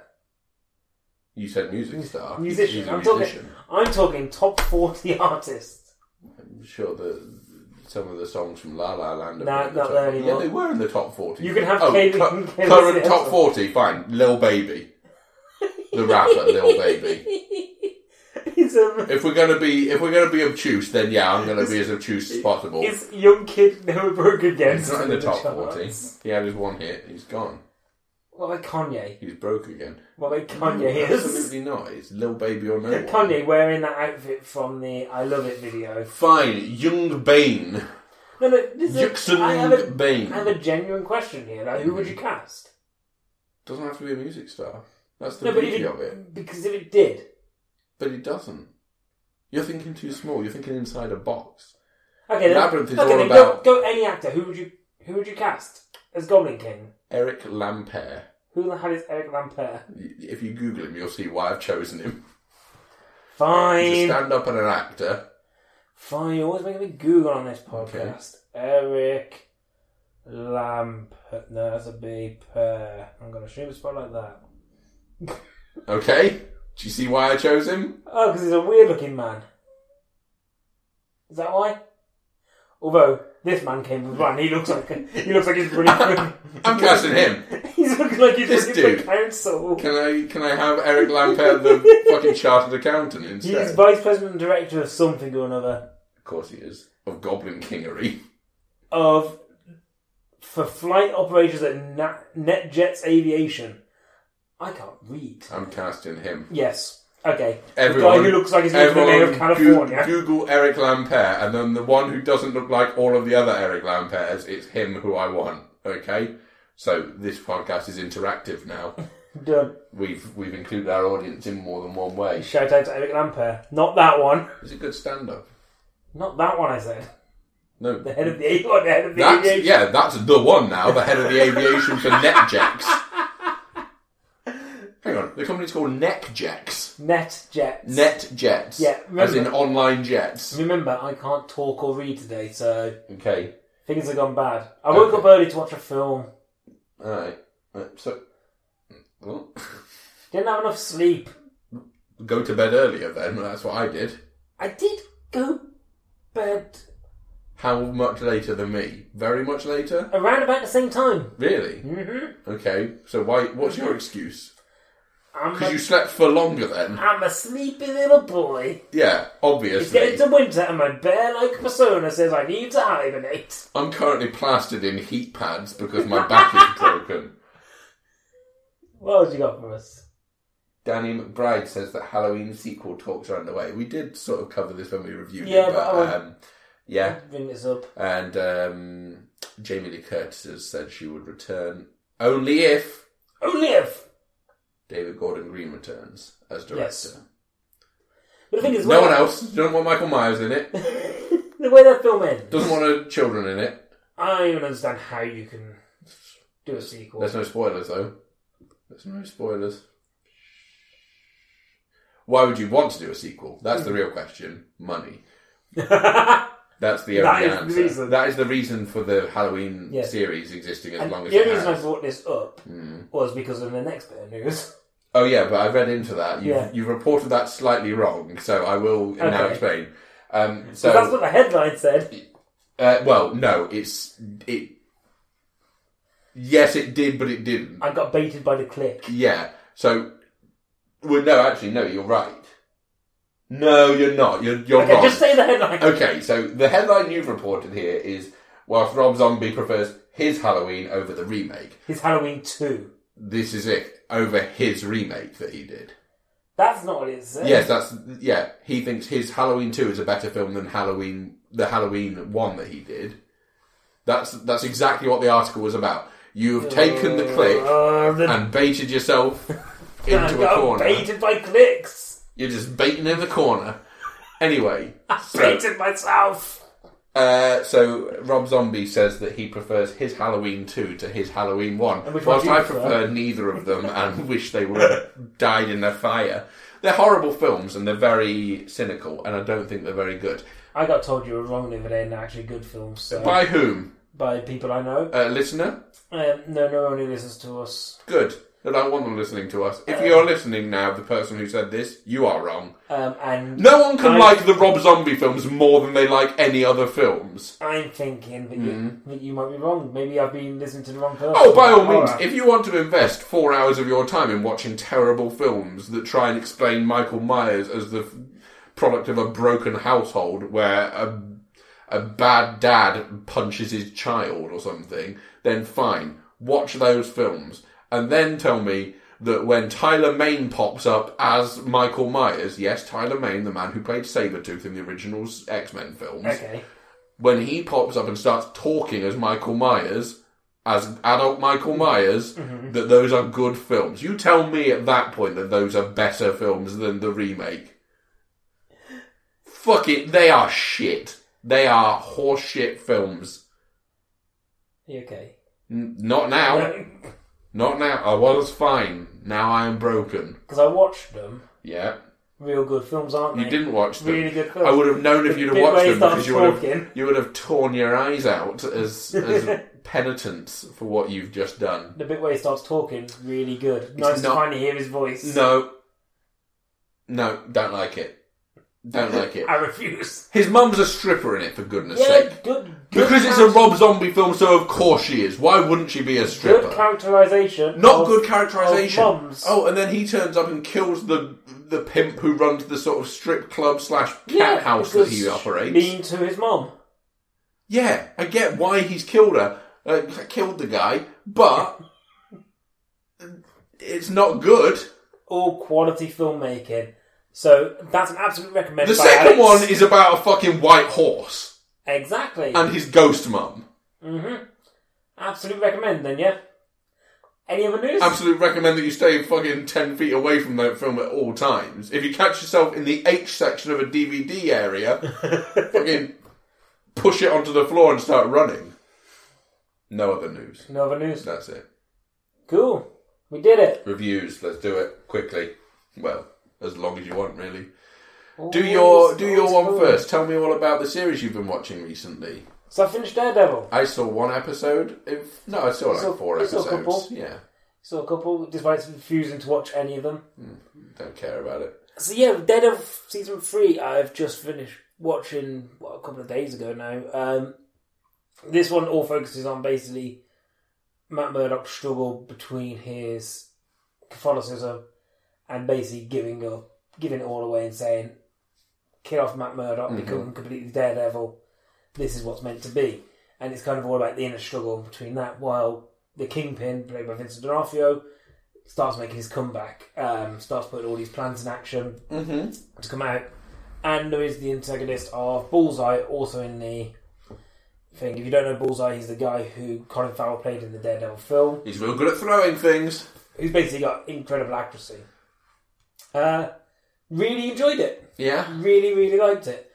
Speaker 3: You said music star.
Speaker 2: Musician.
Speaker 3: He's a
Speaker 2: I'm
Speaker 3: musician.
Speaker 2: talking. I'm talking top forty artists.
Speaker 3: I'm sure that some of the songs from La La Land. have
Speaker 2: No,
Speaker 3: been in the
Speaker 2: not
Speaker 3: top-
Speaker 2: there anymore.
Speaker 3: Yeah, they were in the top forty.
Speaker 2: You can have
Speaker 3: oh,
Speaker 2: Kaylee-
Speaker 3: cu-
Speaker 2: Kaylee
Speaker 3: current
Speaker 2: Sales.
Speaker 3: top forty. Fine, Lil Baby, the rapper Lil Baby.
Speaker 2: He's um,
Speaker 3: If we're gonna be if we're gonna be obtuse, then yeah, I'm gonna be as obtuse as possible.
Speaker 2: his young kid never broke again.
Speaker 3: He's not in the top forty. He had his one hit. He's gone.
Speaker 2: What about Kanye?
Speaker 3: He's broke again.
Speaker 2: What about Kanye? is?
Speaker 3: Absolutely not. It's Lil Baby or no one.
Speaker 2: Kanye wearing that outfit from the I Love It video.
Speaker 3: Fine, Young Bane.
Speaker 2: No, no, this is a, I, have
Speaker 3: Juxon
Speaker 2: a,
Speaker 3: Bane.
Speaker 2: I have a genuine question here. Like, who would you cast?
Speaker 3: Doesn't have to be a music star. That's the
Speaker 2: No, but if
Speaker 3: beauty
Speaker 2: it-
Speaker 3: of it.
Speaker 2: because if it did,
Speaker 3: But it doesn't. You're thinking too small. You're thinking inside a box.
Speaker 2: okay, then,
Speaker 3: Labyrinth is
Speaker 2: okay,
Speaker 3: all
Speaker 2: then
Speaker 3: about-
Speaker 2: go, go any actor. Who would you who would you cast as Goblin King?
Speaker 3: Eric Lampere.
Speaker 2: Who the hell is Eric Lampere?
Speaker 3: If you Google him, you'll see why I've chosen him. He's a
Speaker 2: Fine,
Speaker 3: stand-up and an actor.
Speaker 2: fine. You're always making me Google on this podcast. Eric Lamp. No, that's a B. Per. I'm gonna assume it's spelled like that.
Speaker 3: Okay? Do you see why I chose him?
Speaker 2: Oh, because he's a weird looking man. Is that why? Although this man came with one, he looks like he looks like he's running. For,
Speaker 3: I'm casting him.
Speaker 2: he's looking like he's
Speaker 3: This
Speaker 2: running
Speaker 3: dude.
Speaker 2: for council.
Speaker 3: Can I can I have Eric Lampere, the fucking chartered accountant,
Speaker 2: He's
Speaker 3: instead?
Speaker 2: vice president and director of something or another
Speaker 3: of course he is. Of Goblin Kingery.
Speaker 2: of for flight operations at Na- NetJets Aviation. I can't read.
Speaker 3: I'm casting him.
Speaker 2: Yes. Okay.
Speaker 3: Everyone,
Speaker 2: the guy who looks like he's living in the name of
Speaker 3: Goo-
Speaker 2: California.
Speaker 3: Google Eric Lampere, and then the one who doesn't look like all of the other Eric Lamperes, it's him who I want. Okay, so this podcast is interactive now.
Speaker 2: Done.
Speaker 3: We've we've included our audience in more than one way.
Speaker 2: Shout out to Eric Lampere. Not that one.
Speaker 3: It's a good stand-up.
Speaker 2: Not that one. I said
Speaker 3: No,
Speaker 2: the head of the, the head of the aviation.
Speaker 3: that's, yeah, that's the one now. The head of the aviation for NetJets. Hang on, the company's called NetJets.
Speaker 2: Net Jets.
Speaker 3: NetJets.
Speaker 2: Yeah,
Speaker 3: as
Speaker 2: remember-
Speaker 3: in online jets.
Speaker 2: Remember, I can't talk or read today, so
Speaker 3: Okay,
Speaker 2: things have gone bad. I woke
Speaker 3: Okay.
Speaker 2: up early to watch a film.
Speaker 3: all right. Uh, So. hmm, Well,
Speaker 2: Didn't have enough sleep.
Speaker 3: go to bed earlier then. That's what I did.
Speaker 2: I did go bed
Speaker 3: How much later than me? Very much later?
Speaker 2: around about the same time.
Speaker 3: Really?
Speaker 2: Mm-hmm.
Speaker 3: Okay, so why? what's your excuse?
Speaker 2: I'm,
Speaker 3: Because
Speaker 2: a,
Speaker 3: you slept for longer then.
Speaker 2: am a sleepy little boy.
Speaker 3: Yeah,
Speaker 2: It's getting
Speaker 3: obviously.
Speaker 2: to winter, and my bear-like persona says I need to hibernate.
Speaker 3: I'm currently plastered in heat pads because my back is broken.
Speaker 2: What else you got for us?
Speaker 3: Danny McBride says that Halloween sequel talks are underway. We did sort of cover this when we reviewed
Speaker 2: Yeah,
Speaker 3: it,
Speaker 2: but I
Speaker 3: but,
Speaker 2: won't-
Speaker 3: um, yeah.
Speaker 2: Bring this up.
Speaker 3: And um, Jamie Lee Curtis has said she would return only if
Speaker 2: Oh, live.
Speaker 3: David Gordon Green returns as director.
Speaker 2: Yes. But the thing is,
Speaker 3: No
Speaker 2: where-
Speaker 3: one else. Don't want Michael Myers in it.
Speaker 2: the way that film ends,
Speaker 3: Doesn't want her children in it.
Speaker 2: I don't even understand how you can do a sequel.
Speaker 3: There's no spoilers though. There's no spoilers. Why would you want to do a sequel? That's
Speaker 2: Hmm.
Speaker 3: the real question. Money. That's the
Speaker 2: That
Speaker 3: only
Speaker 2: is the
Speaker 3: answer.
Speaker 2: reason.
Speaker 3: That is the reason for the Halloween
Speaker 2: Yes.
Speaker 3: series existing as
Speaker 2: And
Speaker 3: long as
Speaker 2: the
Speaker 3: it
Speaker 2: only reason I
Speaker 3: has.
Speaker 2: brought this up
Speaker 3: Mm.
Speaker 2: was because of the next bit of news.
Speaker 3: Oh yeah, but I read into that. You've,
Speaker 2: Yeah.
Speaker 3: you've reported that slightly wrong, so I will now
Speaker 2: Okay.
Speaker 3: explain. Um,
Speaker 2: So
Speaker 3: so
Speaker 2: that's what the headline said.
Speaker 3: Uh, well, no, it's it. Yes, it did, but it didn't.
Speaker 2: I got baited by the click.
Speaker 3: Yeah. So, well, no, actually, no, you're right. No, you're not. You're you're
Speaker 2: Okay,
Speaker 3: wrong.
Speaker 2: just say the headline.
Speaker 3: Okay, so the headline you've reported here is whilst Rob Zombie prefers his Halloween over the remake,
Speaker 2: It's Halloween 2.
Speaker 3: this is it over his remake that he did.
Speaker 2: That's not what it says.
Speaker 3: Yes, that's yeah. He thinks his Halloween two is a better film than Halloween the Halloween one that he did. That's that's exactly what the article was about. You've taken the click
Speaker 2: Uh, the-
Speaker 3: and baited yourself
Speaker 2: I
Speaker 3: into a
Speaker 2: got
Speaker 3: corner.
Speaker 2: baited by clicks.
Speaker 3: You're just baiting in the corner. Anyway, so,
Speaker 2: Baited myself.
Speaker 3: uh, so Rob Zombie says that he prefers his Halloween 2 to his Halloween 1.
Speaker 2: And which
Speaker 3: whilst
Speaker 2: one do you
Speaker 3: I prefer?
Speaker 2: prefer?
Speaker 3: neither of them and wish they were died in their fire. They're horrible films and they're very cynical and I don't think they're very good.
Speaker 2: I got told you were wrong the other day and they're actually good films so, by,
Speaker 3: By whom?
Speaker 2: people I know.
Speaker 3: Uh, listener?
Speaker 2: Um, no, no one who listens to us.
Speaker 3: Good. They don't want them listening to us.
Speaker 2: Uh-huh.
Speaker 3: If you're listening now, the person who said this, you are wrong.
Speaker 2: Um, and
Speaker 3: No one can
Speaker 2: I-
Speaker 3: like the Rob Zombie films more than they like any other films.
Speaker 2: I'm thinking that, you, that you might be wrong. Maybe I've been listening to the wrong person.
Speaker 3: Hmm. Oh, by all means,
Speaker 2: right.
Speaker 3: if you want to invest four hours of your time in watching terrible films that try and explain Michael Myers as the f- product of a broken household where a, a bad dad punches his child or something, then fine. Watch those films. and then tell me that when Tyler Main pops up as Michael Myers, yes, Tyler Main, the man who played Sabretooth in the original X Men films,
Speaker 2: Okay.
Speaker 3: when he pops up and starts talking as Michael Myers, as adult Michael Myers, that those are good films. You tell me at that point that those are better films than the remake. Fuck it, they are shit. They are horseshit films.
Speaker 2: You okay?
Speaker 3: N- not now.
Speaker 2: Because
Speaker 3: Not now. I was fine. Now I am broken.
Speaker 2: I watched them.
Speaker 3: Yeah.
Speaker 2: Real good films, aren't they?
Speaker 3: You didn't watch them.
Speaker 2: Really good films.
Speaker 3: I would have known if
Speaker 2: The
Speaker 3: you'd have
Speaker 2: bit where
Speaker 3: watched
Speaker 2: he
Speaker 3: them because
Speaker 2: starts
Speaker 3: you would have,
Speaker 2: talking.
Speaker 3: you would have torn your eyes out as, as penitence for what you've just done.
Speaker 2: The bit where he starts talking, really good. Nice
Speaker 3: not-
Speaker 2: to finally hear his voice.
Speaker 3: No. No, don't like it. Don't like it.
Speaker 2: I refuse.
Speaker 3: His mum's a stripper in it, for goodness
Speaker 2: Yeah,
Speaker 3: sake.
Speaker 2: good, good.
Speaker 3: Because it's a Rob Zombie film, so of course she is. Why wouldn't she be a stripper?
Speaker 2: Good characterization.
Speaker 3: Not
Speaker 2: of-
Speaker 3: good characterization.
Speaker 2: of mums.
Speaker 3: Oh, and then he turns up and kills the the pimp who runs the sort of strip club slash cat
Speaker 2: Yeah,
Speaker 3: house that he
Speaker 2: because
Speaker 3: operates.
Speaker 2: Mean to his mom.
Speaker 3: Yeah, I get why he's killed her, uh, killed the guy, but it's not good.
Speaker 2: All quality filmmaking. So that's an absolute recommend.
Speaker 3: The
Speaker 2: by
Speaker 3: second
Speaker 2: Alex.
Speaker 3: one is about a fucking white horse
Speaker 2: exactly.
Speaker 3: and his ghost mum.
Speaker 2: hmm Absolute recommend. Then yeah. Any other news?
Speaker 3: Absolute recommend that you stay fucking ten feet away from that film at all times. If you catch yourself in the H section of a DVD area, fucking push it onto the floor and start running. No other news.
Speaker 2: no other news.
Speaker 3: That's it.
Speaker 2: Cool. We did it.
Speaker 3: reviews. Let's do it quickly. Well, as long as you want, really. Do your do your one first. Tell me all about the series you've been watching recently.
Speaker 2: So I finished Daredevil.
Speaker 3: I saw one episode. If, no, I saw like
Speaker 2: saw-
Speaker 3: four
Speaker 2: I saw a couple.
Speaker 3: episodes. Yeah,
Speaker 2: Saw a couple, despite refusing to watch any of them.
Speaker 3: don't care about it.
Speaker 2: So yeah, Dead of season three. I've just finished watching what, a couple of days ago now. Um, this one all focuses on basically Matt Murdock's struggle between his Catholicism and basically giving up, giving it all away, and saying, "Kill off Matt Murdock, become completely Daredevil. This is what's meant to be." And it's kind of all about the inner struggle between that. While the Kingpin, played by Vincent D'Onofrio, starts making his comeback, um, starts putting all these plans in action to come out. And there is the antagonist of Bullseye, also in the thing. If you don't know Bullseye, he's the guy who Colin Farrell played in the Daredevil film,
Speaker 3: He's real good at throwing things.
Speaker 2: who's basically got incredible accuracy. Uh, really enjoyed it.
Speaker 3: Yeah,
Speaker 2: Really, really liked it.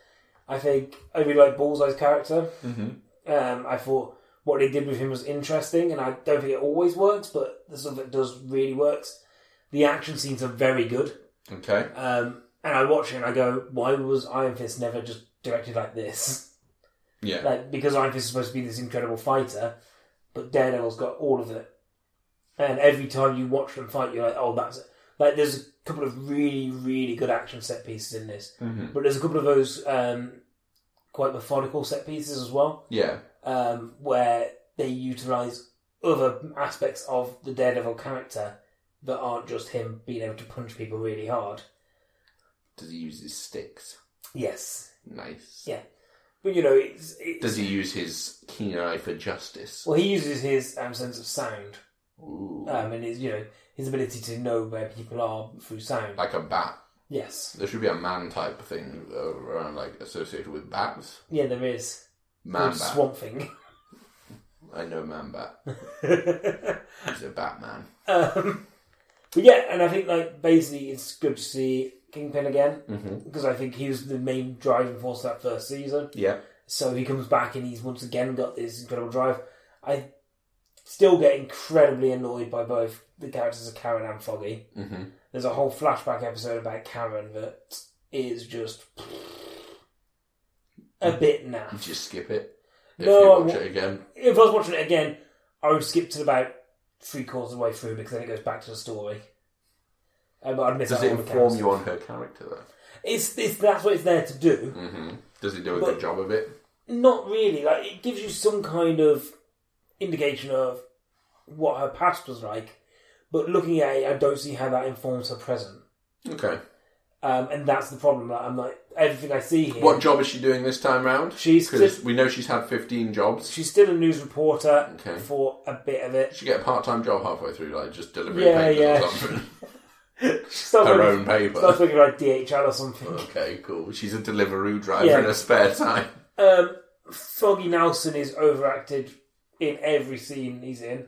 Speaker 2: I think I really liked Bullseye's character.
Speaker 3: Mhm.
Speaker 2: Um, I thought what they did with him was interesting, and I don't think it always works, but the stuff that does really works. The action scenes are very good.
Speaker 3: Okay.
Speaker 2: Um, and I watch it and I go, why was Iron Fist never just directed like this?
Speaker 3: Yeah.
Speaker 2: Like because Iron Fist is supposed to be this incredible fighter, but Daredevil's got all of it. And every time you watch them fight, you're like, oh, that's it. Like there's a couple of really, really good action set pieces in this,
Speaker 3: Mhm.
Speaker 2: but there's a couple of those um, quite methodical set pieces as well
Speaker 3: Yeah.
Speaker 2: um, where they utilize other aspects of the Daredevil character that aren't just him being able to punch people really hard.
Speaker 3: Does he use his sticks?
Speaker 2: Yes,
Speaker 3: Nice.
Speaker 2: Yeah. but you know, it's, it's
Speaker 3: Does he use his keen eye for justice?
Speaker 2: well, he uses his um, sense of sound
Speaker 3: Ooh.
Speaker 2: um, and his you know his ability to know where people are through sound.
Speaker 3: Like a bat.
Speaker 2: Yes,
Speaker 3: There should be a man type thing uh, around, like associated with bats.
Speaker 2: yeah, there is
Speaker 3: Man bat.
Speaker 2: Swamp Thing.
Speaker 3: I know man bat. He's a Batman.
Speaker 2: um, but yeah, and I think like basically it's good to see Kingpin again
Speaker 3: Mm-hmm.
Speaker 2: because I think he was the main driving force of that first season.
Speaker 3: Yeah.
Speaker 2: So he comes back and he's once again got this incredible drive. I still get incredibly annoyed by both the characters of Karen and Foggy.
Speaker 3: Mm-hmm.
Speaker 2: There's a whole flashback episode about Karen that is just a bit naff.
Speaker 3: Just skip it. If
Speaker 2: No, I
Speaker 3: you watch
Speaker 2: won't.
Speaker 3: it again.
Speaker 2: If I was watching it again, I would skip to about three quarters of the way through because then it goes back to the story. Uh, but I'd miss
Speaker 3: Does
Speaker 2: out
Speaker 3: it
Speaker 2: on the
Speaker 3: inform
Speaker 2: characters.
Speaker 3: you on her character though?
Speaker 2: It's, it's that's what it's there to do.
Speaker 3: Mm-hmm. Does it do a
Speaker 2: But-
Speaker 3: good job of it?
Speaker 2: Not really. Like it gives you some kind of indication of what her past was like, but looking at it, I don't see how that informs her present.
Speaker 3: Okay.
Speaker 2: Um, and that's the problem. Like, I'm like everything I see here.
Speaker 3: What job is she doing this time round?
Speaker 2: She's
Speaker 3: Because
Speaker 2: just-
Speaker 3: we know she's had 15 jobs.
Speaker 2: She's still a news reporter
Speaker 3: Okay.
Speaker 2: for a bit of it.
Speaker 3: She get a part-time job halfway through, like just delivering
Speaker 2: Yeah,
Speaker 3: papers
Speaker 2: yeah.
Speaker 3: or something.
Speaker 2: She starts
Speaker 3: Her
Speaker 2: working,
Speaker 3: own paper.
Speaker 2: starts working for like DHL or something.
Speaker 3: Okay, cool. She's a Deliveroo driver
Speaker 2: Yeah.
Speaker 3: in her spare time.
Speaker 2: Um, Foggy Nelson is overacted in every scene he's in.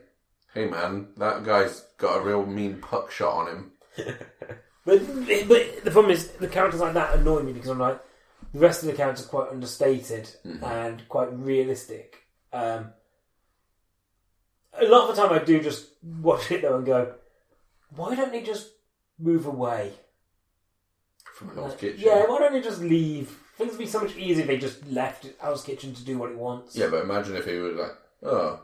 Speaker 3: Hey man, that guy's got a real mean puck shot on him.
Speaker 2: But, but the problem is, the characters like that annoy me because I'm like, the rest of the characters are quite understated and quite realistic. Um, a lot of the time, I do just watch it though and go, why don't they just move away? Uh,
Speaker 3: from an old kitchen.
Speaker 2: Yeah, why don't they just leave? Things would be so much easier if they just left House Kitchen to do what it wants.
Speaker 3: Yeah, but imagine if he was like, oh,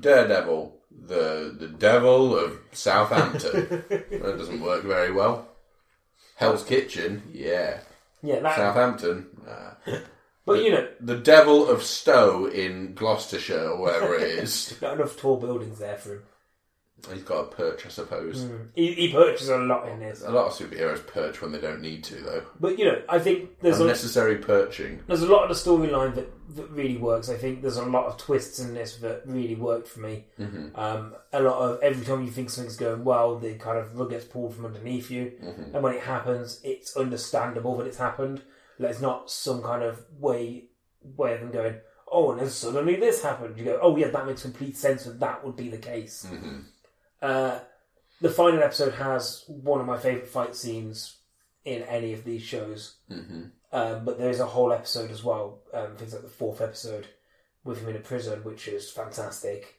Speaker 3: Daredevil, the the devil of Southampton. that doesn't work very well. Hell's Kitchen, yeah.
Speaker 2: Yeah, that.
Speaker 3: Southampton, nah.
Speaker 2: but you know,
Speaker 3: the devil of Stowe in Gloucestershire or wherever it is.
Speaker 2: not enough tall buildings there for him.
Speaker 3: He's got a perch, I suppose.
Speaker 2: He, he purchases a lot in this.
Speaker 3: A lot of superheroes perch when they don't need to, though.
Speaker 2: But you know, I think there's a,
Speaker 3: Unnecessary perching.
Speaker 2: there's a lot of the storyline that, that really works. I think there's a lot of twists in this that really worked for me. Um, a lot of every time you think something's going well, the kind of rug gets pulled from underneath you, and when it happens, it's understandable that it's happened. Like it's not some kind of way way of them going. Oh, and then suddenly this happened. You go, oh yeah, that makes complete sense. That that would be the case.
Speaker 3: Mm-hmm.
Speaker 2: Uh, the final episode has one of my favorite fight scenes in any of these shows.
Speaker 3: hmm
Speaker 2: Um, but there is a whole episode as well, um, things like the fourth episode with him in a prison, which is fantastic.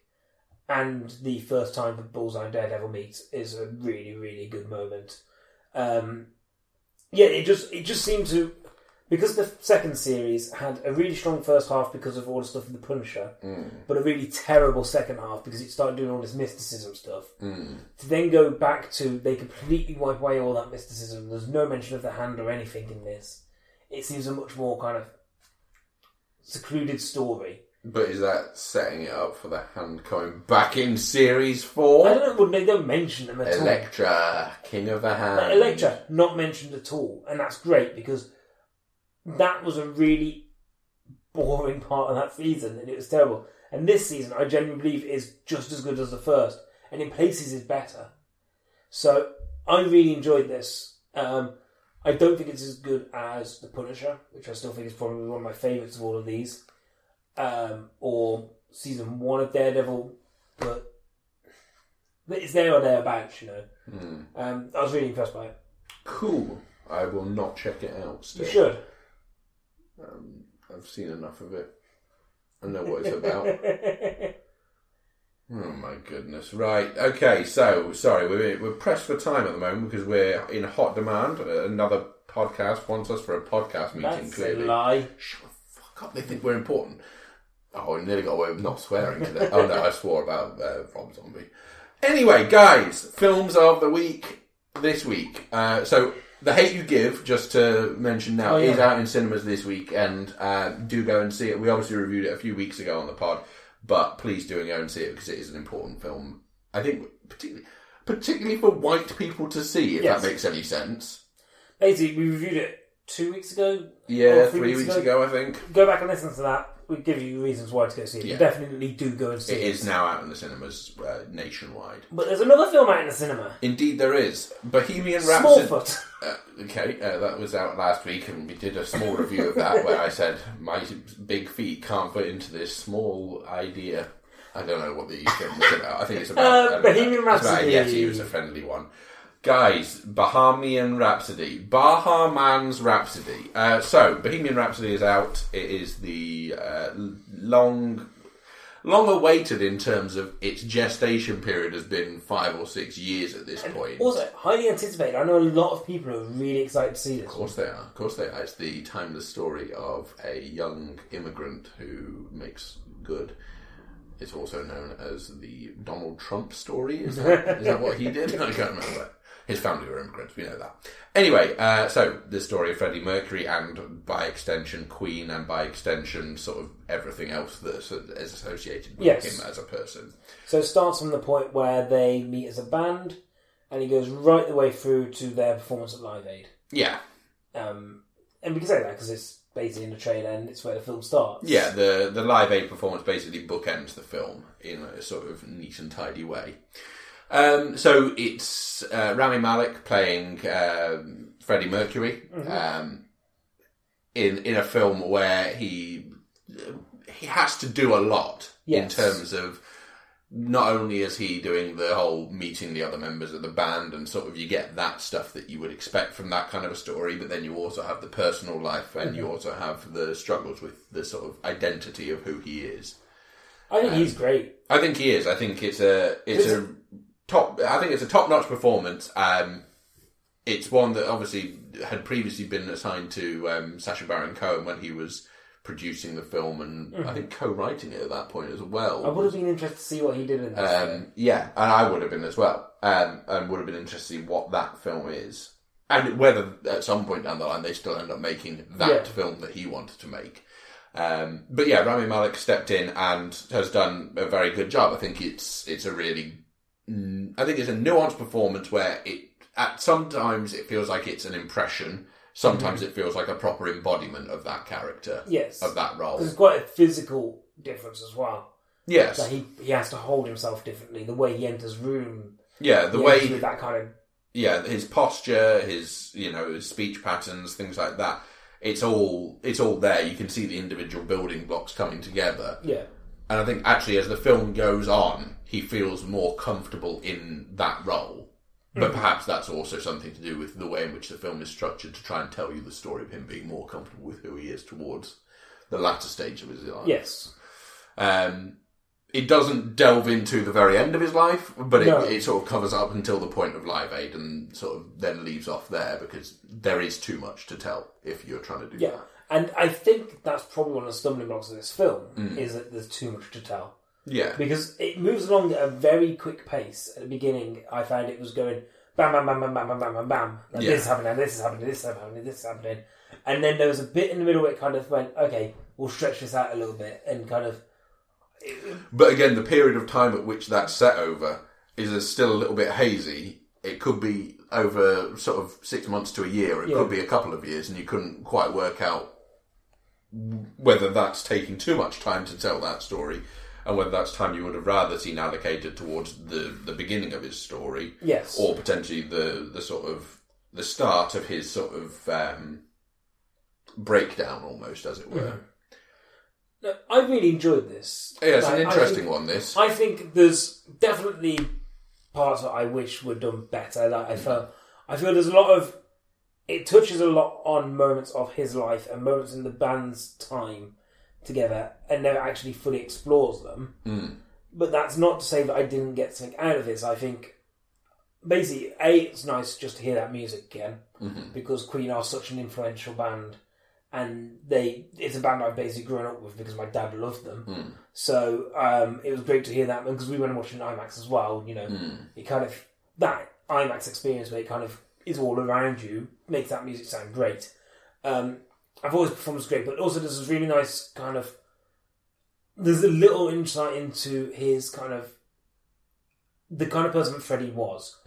Speaker 2: And the first time that Bullseye and Daredevil meet is a really, really good moment. Um, yeah, it just it just seemed to because the second series had a really strong first half because of all the stuff with the Punisher, but a really terrible second half because it started doing all this mysticism stuff
Speaker 3: Mm.
Speaker 2: to then go back to they completely wipe away all that mysticism. There's no mention of the hand or anything in this. It seems a much more kind of secluded story.
Speaker 3: But is that setting it up for the hand coming back in Series
Speaker 2: I
Speaker 3: 4?
Speaker 2: don't know. Would they don't mention them at all?
Speaker 3: Electra, King of the Hand.
Speaker 2: Like, Electra not mentioned at all, and that's great because that was a really boring part of that season, and it was terrible. And this season, I genuinely believe is just as good as the first, and in places is better. So I really enjoyed this. Um, I don't think it's as good as The Punisher, which I still think is probably one of my favourites of all of these, um, or season one of Daredevil, but it's there or thereabouts, you know. Um, I was really impressed by it.
Speaker 3: Cool. I will not check it out still.
Speaker 2: You should.
Speaker 3: Um, I've seen enough of it. I know what it's about. oh my goodness. Right. Okay. So sorry, we're we're pressed for time at the moment because we're in hot demand. Uh, Another podcast wants us for a podcast meeting.
Speaker 2: That's a
Speaker 3: clearly.
Speaker 2: lie.
Speaker 3: Shut the fuck up. They think we're important. Oh, I nearly got away with not swearing today. oh no, I swore about uh, Rob Zombie. Anyway, guys, films of the week this week. Uh, so, The Hate You Give, just to mention now,
Speaker 2: Oh, yeah.
Speaker 3: is out in cinemas this week, and uh, do go and see it. We obviously reviewed it a few weeks ago on the pod, but please do go and see it because it is an important film. I think particularly particularly for white people to see, if
Speaker 2: Yes.
Speaker 3: that makes any sense.
Speaker 2: Basically, we reviewed it two weeks ago.
Speaker 3: Yeah,
Speaker 2: or
Speaker 3: three, weeks ago, I think.
Speaker 2: Go back and listen to that. We give you reasons why to go see it.
Speaker 3: Yeah.
Speaker 2: You definitely do go and see
Speaker 3: It
Speaker 2: it.
Speaker 3: is now out in the cinemas uh, nationwide.
Speaker 2: But there's another film out in the cinema.
Speaker 3: Indeed, there is Bohemian Rhapsody.
Speaker 2: Smallfoot.
Speaker 3: Uh, okay, uh, that was out last week, and we did a small review of that where I said my big feet can't fit into this small idea. I don't know what the film was about. I think it's about
Speaker 2: Uh,
Speaker 3: I don't know.
Speaker 2: Bohemian
Speaker 3: It's about a
Speaker 2: Rhapsody.
Speaker 3: Yeti who's a friendly one. Guys, Bahamian Rhapsody, Bahaman's Rhapsody. Uh, so, Bohemian Rhapsody is out. It is the uh, long long awaited in terms of its gestation period has been five or six years at this point.
Speaker 2: Also, highly anticipated. I know a lot of people are really excited to see this.
Speaker 3: Of course they are. Of course they are. It's the timeless story of a young immigrant who makes good. It's also known as the Donald Trump story. Is that, is that what he did? I can't remember. His family were immigrants. We know that. Anyway, uh, so the story of Freddie Mercury and, by extension, Queen, and by extension, sort of everything else that is associated with
Speaker 2: Yes.
Speaker 3: him as a person.
Speaker 2: So it starts from the point where they meet as a band and he goes right the way through to their performance at Live Aid.
Speaker 3: Yeah,
Speaker 2: Um, and we can say that because it's basically in the trailer and it's where the film starts.
Speaker 3: yeah. The the Live Aid performance basically bookends the film in a sort of neat and tidy way. Um, so it's uh, Rami Malek playing um, Freddie Mercury um, in in a film where he he has to do a lot in
Speaker 2: Yes.
Speaker 3: terms of not only is he doing the whole meeting the other members of the band and sort of you get that stuff that you would expect from that kind of a story, but then you also have the personal life and you also have the struggles with the sort of identity of who he is.
Speaker 2: I think
Speaker 3: Um,
Speaker 2: he's great.
Speaker 3: I think he is. I think it's a it's
Speaker 2: Is-
Speaker 3: a top. I think it's a top notch performance. Um, it's one that obviously had previously been assigned to um, Sacha Baron Cohen when he was producing the film and I think co-writing it at that point as well.
Speaker 2: Mm-hmm. I would have been interested to see what he did in this.
Speaker 3: Um, yeah, and I would have been as well, um, and would have been interested to see what that film is, and whether at some point down the line they still end up making that
Speaker 2: Yeah.
Speaker 3: film that he wanted to make. Um, but yeah, Rami Malek stepped in and has done a very good job. I think it's it's a really, mm, I think it's a nuanced performance where it at sometimes it feels like it's an impression, sometimes
Speaker 2: Mm-hmm.
Speaker 3: it feels like a proper embodiment of that character,
Speaker 2: yes,
Speaker 3: of that role.
Speaker 2: there's quite a physical difference as well.
Speaker 3: Yes,
Speaker 2: Like he he has to hold himself differently. The way he enters room,
Speaker 3: yeah, the
Speaker 2: he
Speaker 3: way
Speaker 2: enters with that kind of
Speaker 3: yeah, his posture, his you know, his speech patterns, things like that. It's all it's all there. You can see the individual building blocks coming together.
Speaker 2: yeah,
Speaker 3: And I think actually as the film goes on, he feels more comfortable in that role. But perhaps that's also something to do with the way in which the film is structured to try and tell you the story of him being more comfortable with who he is towards the latter stage of his life.
Speaker 2: yes,
Speaker 3: Um, it doesn't delve into the very end of his life, but it,
Speaker 2: No.
Speaker 3: it sort of covers up until the point of Live Aid and sort of then leaves off there because there is too much to tell if you're trying to do
Speaker 2: yeah.
Speaker 3: that.
Speaker 2: And I think that's probably one of the stumbling blocks of this film
Speaker 3: Mm.
Speaker 2: is that there's too much to tell.
Speaker 3: Yeah.
Speaker 2: because it moves along at a very quick pace. At the beginning, I found it was going bam, bam, bam, bam, bam, bam, bam, bam, bam. Like,
Speaker 3: Yeah.
Speaker 2: This is happening, this is happening, this is happening, this is happening. And then there was a bit in the middle where it kind of went, okay, we'll stretch this out a little bit and kind of
Speaker 3: But again, the period of time at which that's set over is uh, still a little bit hazy. It could be over sort of six months to a year, it
Speaker 2: Yeah.
Speaker 3: could be a couple of years, and you couldn't quite work out whether that's taking too much time to tell that story and whether that's time you would have rather seen allocated towards the, the beginning of his story
Speaker 2: yes,
Speaker 3: or potentially the, the sort of the start of his sort of um, breakdown almost as it were
Speaker 2: Mm-hmm. No, I really enjoyed this.
Speaker 3: yeah it's
Speaker 2: Like,
Speaker 3: an
Speaker 2: I
Speaker 3: interesting
Speaker 2: think-
Speaker 3: one this
Speaker 2: I think there's definitely parts that I wish were done better. That I felt, I feel there's a lot of it touches a lot on moments of his life and moments in the band's time together, and never actually fully explores them. But that's not to say that I didn't get something out of this. I think basically, a it's nice just to hear that music again because Queen are such an influential band. And they, it's a band I've basically grown up with because my dad loved them. So um, it was great to hear that because we went and watched it in IMAX as well. You know, it kind of that IMAX experience where it kind of is all around you makes that music sound great. Um, I've always performed great, but also there's this really nice kind of there's a little insight into his kind of the kind of person that Freddie was,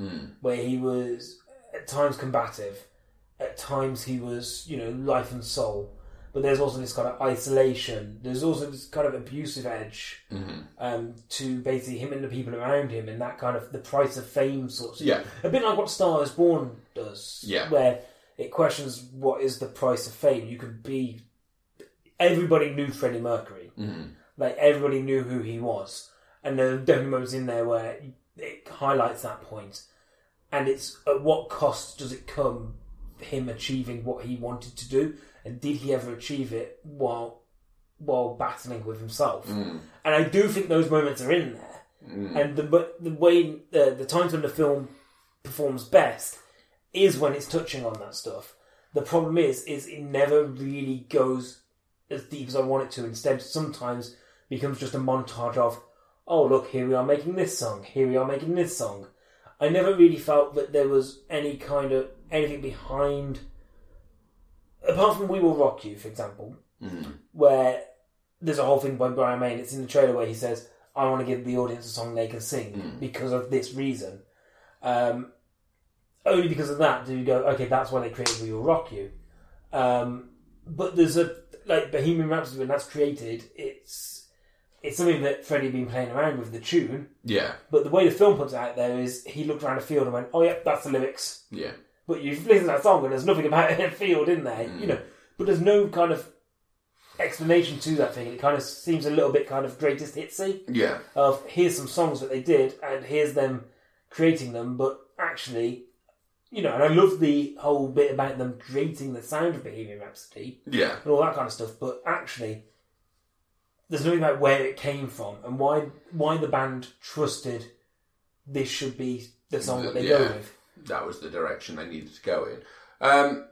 Speaker 2: where he was at times combative, at times he was you know life and soul, but there's also this kind of isolation. There's also this kind of abusive edge um, to basically him and the people around him, and that kind of the price of fame sort of
Speaker 3: yeah
Speaker 2: a bit like what Star is Born does,
Speaker 3: Yeah.
Speaker 2: where it questions what is the price of fame. You could be. Everybody knew Freddie Mercury. Like everybody knew who he was, and there are definitely moments in there where it highlights that point. And it's at what cost does it come him achieving what he wanted to do, and did he ever achieve it while while battling with himself? And I do think those moments are in there and the but the way uh, the the times when the film performs best is when it's touching on that stuff. The problem is, is it never really goes as deep as I want it to. Instead, sometimes becomes just a montage of, oh look, here we are making this song, here we are making this song. I never really felt that there was any kind of anything behind, apart from "We Will Rock You," for example,
Speaker 3: Mm.
Speaker 2: where there's a whole thing by Brian May, and it's in the trailer where he says, "I want to give the audience a song they can sing because of this reason." Um, only because of that do you go, okay, that's why they created We Will Rock You. Um, but there's a like Bohemian Rhapsody when that's created, it's it's something that Freddie had been playing around with the tune,
Speaker 3: Yeah,
Speaker 2: but the way the film puts it out there is he looked around a field and went, oh yeah, that's the lyrics.
Speaker 3: yeah.
Speaker 2: But you've listened to that song and there's nothing about a field in there, you know. But there's no kind of explanation to that thing. It kind of seems a little bit kind of greatest hitsy
Speaker 3: Yeah,
Speaker 2: of here's some songs that they did and here's them creating them, but actually, you know, and I love the whole bit about them creating the sound of Bohemian Rhapsody
Speaker 3: yeah,
Speaker 2: and all that kind of stuff, but actually, there's nothing about where it came from and why why the band trusted this should be the song that they go
Speaker 3: Yeah.
Speaker 2: with.
Speaker 3: that was the direction they needed to go in. Um,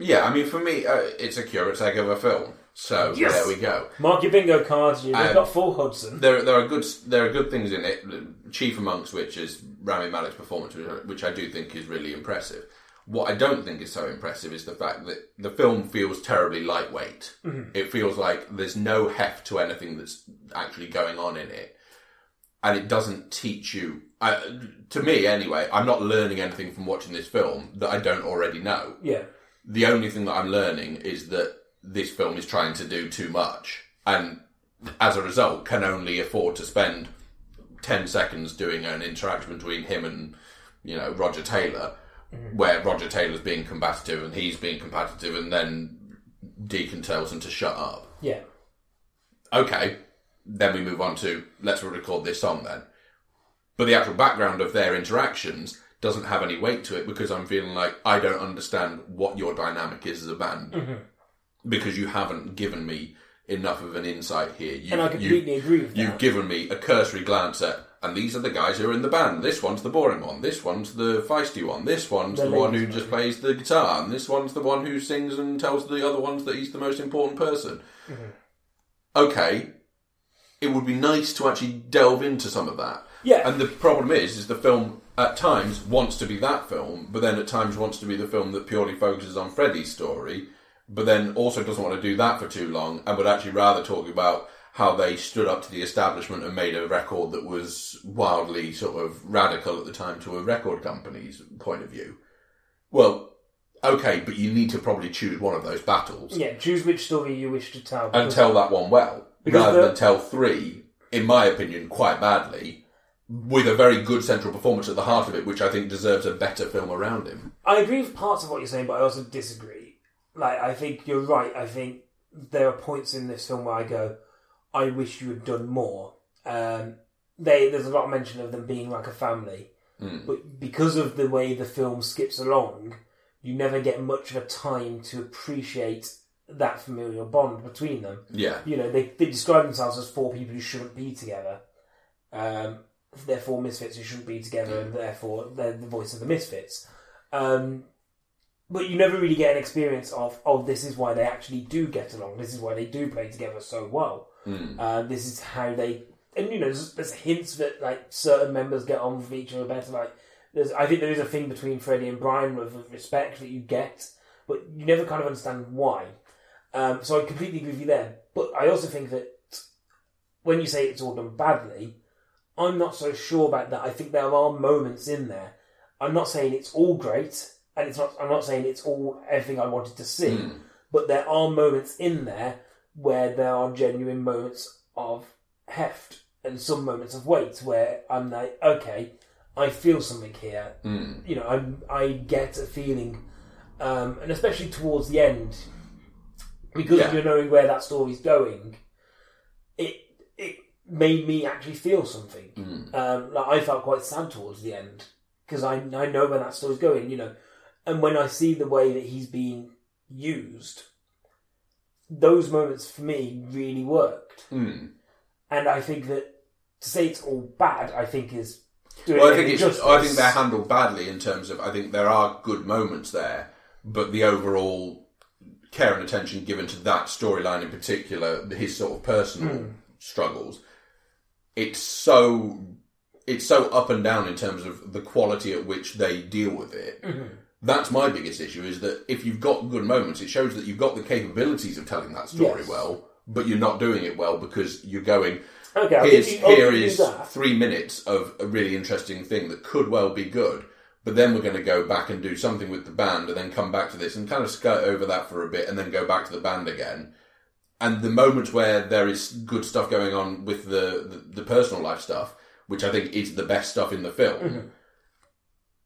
Speaker 3: yeah, I mean, for me, uh, it's a curate's egg of a film. So
Speaker 2: Yes!
Speaker 3: there we go.
Speaker 2: Mark your bingo cards, you- they've
Speaker 3: Um,
Speaker 2: got full Hudson.
Speaker 3: There, there are good, there are good things in it. Chief amongst which is Rami Malek's performance, which- which I do think is really impressive. What I don't think is so impressive is the fact that the film feels terribly lightweight. It feels like there's no heft to anything that's actually going on in it, and it doesn't teach you. I, to me, anyway, I'm not learning anything from watching this film that I don't already know
Speaker 2: Yeah.
Speaker 3: the only thing that I'm learning is that this film is trying to do too much, and as a result, can only afford to spend ten seconds doing an interaction between him and you know Roger Taylor, where Roger Taylor's being combative and he's being combative, and then Deacon tells him to shut up
Speaker 2: Yeah.
Speaker 3: okay, then we move on to let's record this song then. But the actual background of their interactions doesn't have any weight to it because I'm feeling like I don't understand what your dynamic is as a band
Speaker 2: Mm-hmm.
Speaker 3: because you haven't given me enough of an insight here. You,
Speaker 2: And I completely agree with
Speaker 3: You've
Speaker 2: that.
Speaker 3: given me a cursory glance at, and these are the guys who are in the band. This one's the boring one. This one's the feisty one. This one's
Speaker 2: The
Speaker 3: the, one
Speaker 2: ladies
Speaker 3: who just plays the guitar, and this one's the one who sings and tells the other ones that he's the most important person. Okay, it would be nice to actually delve into some of that.
Speaker 2: Yeah.
Speaker 3: And the problem is, is the film at times wants to be that film, but then at times wants to be the film that purely focuses on Freddie's story, but then also doesn't want to do that for too long, and would actually rather talk about how they stood up to the establishment and made a record that was wildly sort of radical at the time to a record company's point of view. Well, okay, but you need to probably choose one of those battles
Speaker 2: Yeah, choose which story you wish to tell.
Speaker 3: and tell that one well,
Speaker 2: Because
Speaker 3: rather
Speaker 2: the-
Speaker 3: than tell three, in my opinion, quite badly, with a very good central performance at the heart of it, which I think deserves a better film around him.
Speaker 2: I agree with parts of what you're saying, but I also disagree. Like, I think you're right. I think there are points in this film where I go, I wish you had done more. Um, they there's a lot of mention of them being like a family,
Speaker 3: Hmm.
Speaker 2: but because of the way the film skips along, you never get much of a time to appreciate that familial bond between them
Speaker 3: Yeah,
Speaker 2: you know, they, they describe themselves as four people who shouldn't be together. Um, they're four misfits who shouldn't be together, and therefore they're the voice of the misfits. Um, but you never really get an experience of, oh, this is why they actually do get along. This is why they do play together so well.
Speaker 3: Hmm.
Speaker 2: Uh, this is how they, and you know, there's, there's hints that like certain members get on with each other better. Like, there's, I think there is a thing between Freddie and Brian with respect that you get, but you never kind of understand why. Um, so I completely agree with you there. But I also think that when you say it's all done badly, I'm not so sure about that. I think there are moments in there. I'm not saying it's all great, and it's not. I'm not saying it's all everything I wanted to see. But there are moments in there where there are genuine moments of heft and some moments of weight where I'm like, okay, I feel something here.
Speaker 3: Hmm.
Speaker 2: You know, I'm, I get a feeling, um, and especially towards the end, because
Speaker 3: Yeah.
Speaker 2: you're knowing where that story's going, it it made me actually feel something.
Speaker 3: Hmm.
Speaker 2: Um, like I felt quite sad towards the end because I I know where that story's going, you know, and when I see the way that he's being used, those moments for me really worked,
Speaker 3: Hmm.
Speaker 2: and I think that to say it's all bad, I think is doing
Speaker 3: Well, I
Speaker 2: it
Speaker 3: think it's,
Speaker 2: injustice.
Speaker 3: I think they're handled badly in terms of I think there are good moments there, but the overall care and attention given to that storyline in particular, his sort of personal
Speaker 2: Hmm.
Speaker 3: struggles, it's so it's so up and down in terms of the quality at which they deal with it.
Speaker 2: Mm-hmm.
Speaker 3: That's my biggest issue is that if you've got good moments, it shows that you've got the capabilities of telling that story
Speaker 2: Yes.
Speaker 3: well, but you're not doing it well because you're going,
Speaker 2: okay. I'll
Speaker 3: here's,
Speaker 2: give you, I'll
Speaker 3: here
Speaker 2: give you
Speaker 3: is
Speaker 2: that.
Speaker 3: three minutes of a really interesting thing that could well be good, But then we're going to go back and do something with the band and then come back to this and kind of skirt over that for a bit and then go back to the band again. And the moments where there is good stuff going on with the, the, the personal life stuff, which I think is the best stuff in the film,
Speaker 2: Mm-hmm.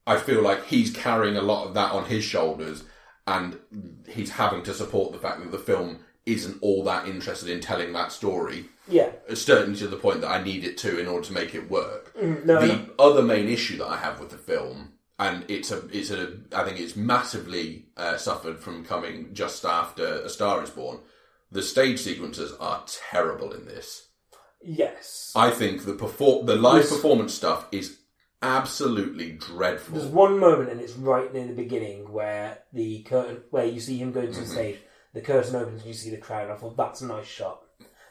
Speaker 3: I feel like he's carrying a lot of that on his shoulders and he's having to support the fact that the film isn't all that interested in telling that story
Speaker 2: Yeah.
Speaker 3: certainly to the point that I need it to in order to make it work.
Speaker 2: Mm-hmm. no,
Speaker 3: the
Speaker 2: no.
Speaker 3: other main issue that I have with the film, and it's a, it's a, I think it's massively uh, suffered from coming just after A Star Is Born. The stage sequences are terrible in this.
Speaker 2: Yes.
Speaker 3: I think the perform, the live
Speaker 2: Yes.
Speaker 3: performance stuff is absolutely dreadful.
Speaker 2: There's one moment, and it's right near the beginning where the curtain, where you see him going to
Speaker 3: Mm-hmm.
Speaker 2: the stage, the curtain opens, and you see the crowd. And I thought that's a nice shot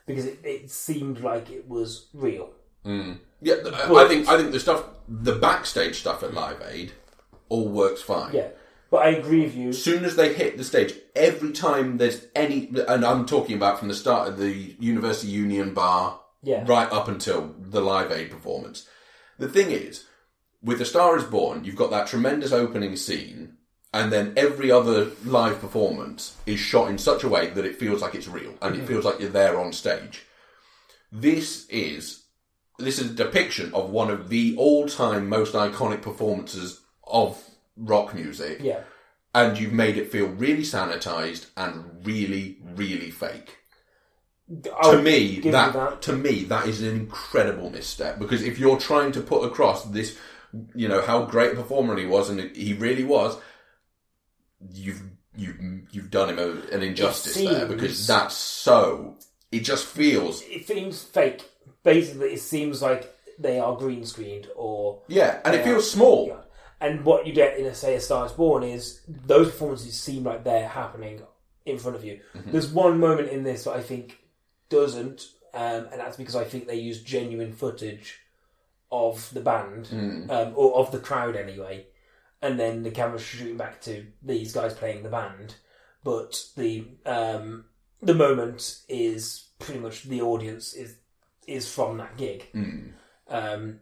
Speaker 2: because it, it seemed like it was real.
Speaker 3: Yeah, th- I
Speaker 2: But-
Speaker 3: think I think the stuff, the backstage stuff at Live Aid, all works fine.
Speaker 2: Yeah, but I agree with you.
Speaker 3: As soon as they hit the stage, every time there's any, and I'm talking about from the start of the University Union Bar
Speaker 2: Yeah,
Speaker 3: right up until the Live Aid performance. The thing is, with A Star Is Born, you've got that tremendous opening scene, and then every other live performance is shot in such a way that it feels like it's real and it feels like you're there on stage. This is this is a depiction of one of the all-time most iconic performances of rock music
Speaker 2: yeah.
Speaker 3: and you've made it feel really sanitized and really, really fake.
Speaker 2: I'll
Speaker 3: to me,
Speaker 2: Oh, give you
Speaker 3: that, to me that is an incredible misstep because if you're trying to put across this, you know how great a performer he was and he really was, you've you've you've done him a, an injustice there
Speaker 2: seems-
Speaker 3: because that's so. It just feels
Speaker 2: it seems fake. Basically, it seems like they are green screened or
Speaker 3: yeah, and it
Speaker 2: Yeah.
Speaker 3: feels small.
Speaker 2: Yeah. And what you get in, a, say, A Star is Born is those performances seem like they're happening in front of you. There's one moment in this that I think doesn't, um, and that's because I think they use genuine footage of the band,
Speaker 3: Hmm.
Speaker 2: um, or of the crowd anyway, and then the camera's shooting back to these guys playing the band. But the um, the moment is pretty much the audience is is from that gig.
Speaker 3: Mm.
Speaker 2: Um,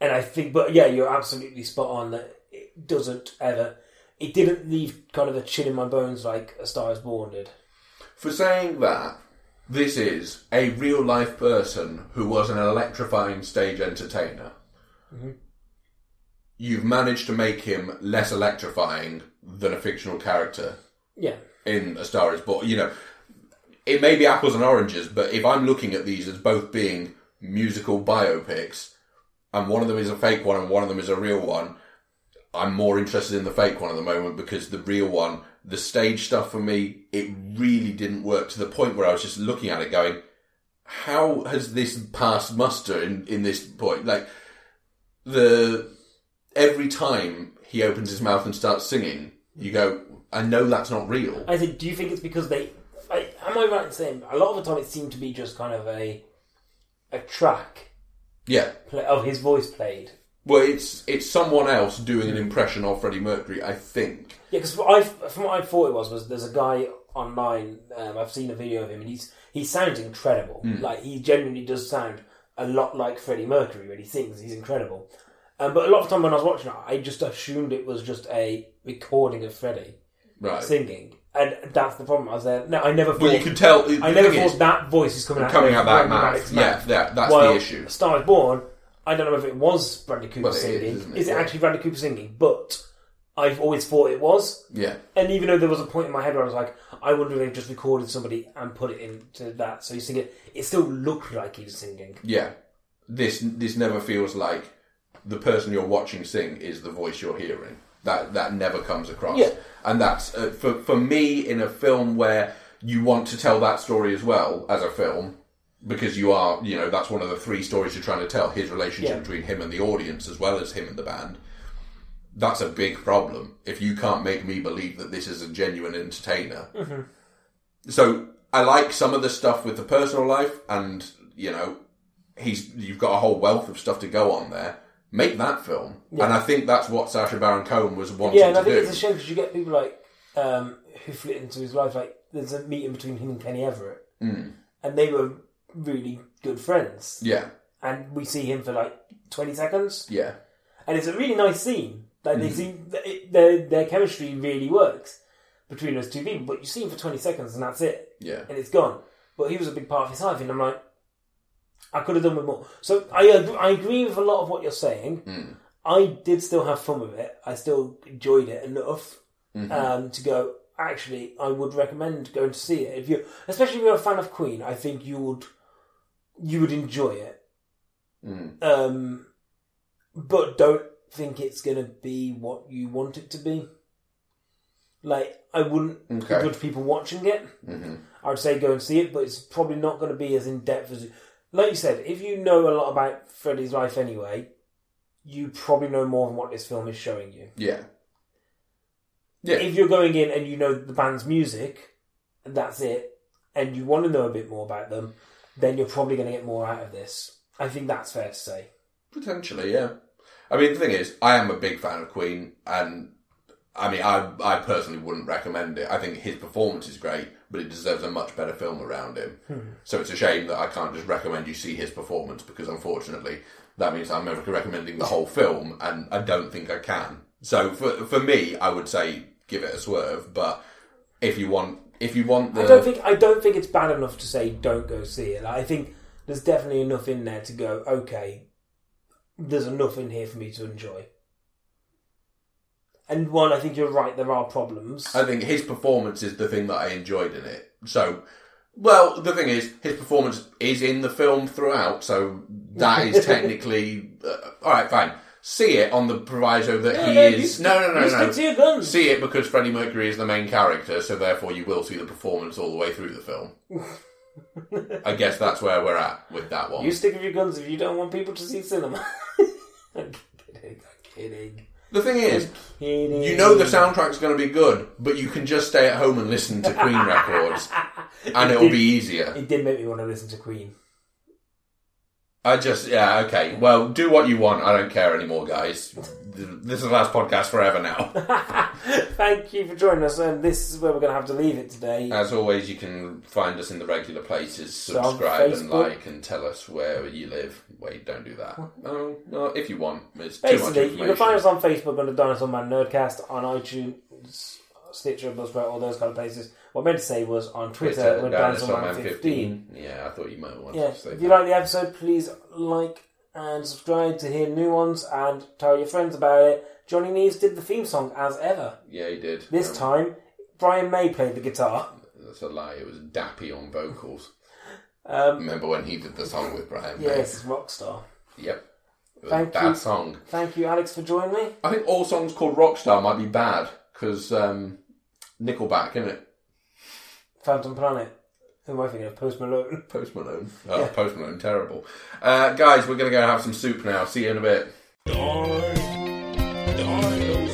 Speaker 2: and I think, but yeah, you're absolutely spot on that it doesn't ever, it didn't leave kind of a chill in my bones like A Star is Born did.
Speaker 3: For saying that, this is a real life person who was an electrifying stage entertainer. You've managed to make him less electrifying than a fictional character
Speaker 2: Yeah.
Speaker 3: in A Star Is Born. You know, it may be apples and oranges, but if I'm looking at these as both being musical biopics, and one of them is a fake one and one of them is a real one, I'm more interested in the fake one at the moment because the real one, the stage stuff for me, it really didn't work to the point where I was just looking at it going, how has this passed muster in, in this point? Like, the every time he opens his mouth and starts singing, you go, I know that's not real.
Speaker 2: I think, do you think it's because they, I, am I right in saying, a lot of the time it seemed to be just kind of a, a track
Speaker 3: Yeah.
Speaker 2: play, of his voice played.
Speaker 3: Well, it's it's someone else doing an impression of Freddie Mercury, I think.
Speaker 2: Yeah, because I, from what I thought it was, was there's a guy online, um, I've seen a video of him, and he's, he sounds incredible.
Speaker 3: Hmm.
Speaker 2: Like, he genuinely does sound a lot like Freddie Mercury when he sings. He's incredible. Um, but a lot of time when I was watching it, I just assumed it was just a recording of Freddie
Speaker 3: Right.
Speaker 2: singing. And that's the problem. I was there. No, I never thought.
Speaker 3: Well, you could tell. the
Speaker 2: I never
Speaker 3: thing
Speaker 2: thought
Speaker 3: is,
Speaker 2: that voice is coming out
Speaker 3: coming out that
Speaker 2: from
Speaker 3: mouth.
Speaker 2: Radic's
Speaker 3: Yeah, that, that's
Speaker 2: While
Speaker 3: the issue.
Speaker 2: Star is Born, I don't know if it was Bradley Cooper
Speaker 3: Well, it is,
Speaker 2: singing.
Speaker 3: isn't it?
Speaker 2: is it
Speaker 3: Yeah.
Speaker 2: actually Bradley Cooper singing? But I've always thought it was.
Speaker 3: Yeah.
Speaker 2: And even though there was a point in my head where I was like, I wonder if they've just recorded somebody and put it into that. So you sing it. It still looked like he was singing.
Speaker 3: Yeah. This this never feels like the person you're watching sing is the voice you're hearing. That that never comes across.
Speaker 2: Yeah.
Speaker 3: And that's uh, for for me in a film where you want to tell that story as well as a film because you are, you know, that's one of the three stories you're trying to tell, his relationship
Speaker 2: Yeah.
Speaker 3: between him and the audience as well as him and the band. That's a big problem if you can't make me believe that this is a genuine entertainer.
Speaker 2: Mm-hmm.
Speaker 3: So I like some of the stuff with the personal life, and you know, he's you've got a whole wealth of stuff to go on there. Make that film, and I think that's what Sacha Baron Cohen was wanting
Speaker 2: Yeah, and I
Speaker 3: to
Speaker 2: think
Speaker 3: do.
Speaker 2: it's a shame because you get people like um, who flit into his life. Like there's a meeting between him and Kenny Everett, and they were really good friends.
Speaker 3: yeah,
Speaker 2: And we see him for like twenty seconds,
Speaker 3: yeah,
Speaker 2: and it's a really nice scene. Like they seem, it, their their chemistry really works between those two people. But you see him for twenty seconds, and that's it,
Speaker 3: Yeah.
Speaker 2: and it's gone. But he was a big part of his life, and I'm like, I could have done with more. So I ag- I agree with a lot of what you're saying.
Speaker 3: Mm.
Speaker 2: I did still have fun with it. I still enjoyed it enough
Speaker 3: Mhm.
Speaker 2: um, to go. Actually, I would recommend going to see it if you, especially if you're a fan of Queen. I think you would you would enjoy it.
Speaker 3: Mm.
Speaker 2: Um, but don't think it's going to be what you want it to be. Like, I wouldn't
Speaker 3: Okay.
Speaker 2: judge people watching it.
Speaker 3: Mhm.
Speaker 2: I would say go and see it, but it's probably not going to be as in depth as. Like you said, if you know a lot about Freddy's life anyway, you probably know more than what this film is showing you.
Speaker 3: Yeah. Yeah.
Speaker 2: If you're going in and you know the band's music, and that's it, and you want to know a bit more about them, then you're probably going to get more out of this. I think that's fair to say.
Speaker 3: Potentially, yeah. I mean, the thing is, I am a big fan of Queen, and I mean, I I personally wouldn't recommend it. I think his performance is great, but it deserves a much better film around him. So it's a shame that I can't just recommend you see his performance because, unfortunately, that means I'm never recommending the whole film, and I don't think I can. So for for me, I would say give it a swerve. But if you want, if you want the
Speaker 2: I don't think I don't think it's bad enough to say don't go see it. Like, I think there's definitely enough in there to go. Okay, there's enough in here for me to enjoy. And one, I think you're right. There are problems.
Speaker 3: I think his performance is the thing that I enjoyed in it. So, well, the thing is, his performance is in the film throughout, so that is technically uh, all right. Fine, see it on the proviso that he
Speaker 2: no, you
Speaker 3: is.
Speaker 2: stick-
Speaker 3: no, no, no,
Speaker 2: you
Speaker 3: no.
Speaker 2: stick to your guns.
Speaker 3: See it because Freddie Mercury is the main character, so therefore you will see the performance all the way through the film. I guess that's where we're at with that one.
Speaker 2: You stick with your guns if you don't want people to see cinema. I'm kidding. I'm kidding.
Speaker 3: the thing is,
Speaker 2: Kidding.
Speaker 3: you know the soundtrack's going to be good, but you can just stay at home and listen to Queen records, and it'll be easier.
Speaker 2: It did make me want to listen to Queen.
Speaker 3: I just, yeah, okay. Well, do what you want. I don't care anymore, guys. This is the last podcast forever now.
Speaker 2: Thank you for joining us, and this is where we're going to have to leave it today.
Speaker 3: As always, you can find us in the regular places.
Speaker 2: on
Speaker 3: Subscribe and
Speaker 2: Facebook.
Speaker 3: like and tell us where you live. Wait, don't do that. No, no, if you want. It's too much
Speaker 2: Basically, you
Speaker 3: information.
Speaker 2: can find us on Facebook under Dinosaur Man Nerdcast, on iTunes, Stitcher, Buzzsprout, all those kind of places. What I meant to say was on Twitter,
Speaker 3: Twitter,
Speaker 2: we're
Speaker 3: Dinosaur
Speaker 2: Dinosaur
Speaker 3: Man
Speaker 2: Man 15.
Speaker 3: Yeah, I thought you might want
Speaker 2: Yeah,
Speaker 3: to say
Speaker 2: if you
Speaker 3: that.
Speaker 2: like the episode, please like and subscribe to hear new ones and tell your friends about it. Johnny Neves did the theme song as ever.
Speaker 3: Yeah, you did.
Speaker 2: This
Speaker 3: Um,
Speaker 2: time, Brian May played the guitar.
Speaker 3: That's a lie. It was Dappy on vocals.
Speaker 2: Um,
Speaker 3: Remember when he did the song with Brian May?
Speaker 2: yes, Rockstar.
Speaker 3: Yep. It was
Speaker 2: Thank
Speaker 3: a bad
Speaker 2: you.
Speaker 3: song.
Speaker 2: Thank you, Alex, for joining me.
Speaker 3: I think all songs called Rockstar might be bad because um, Nickelback, isn't it?
Speaker 2: Phantom Planet. Who am I thinking of? Post Malone.
Speaker 3: Post Malone. Oh, Post Malone, terrible. Uh, guys, we're going to go have some soup now. See you in a bit.
Speaker 1: Die. Die.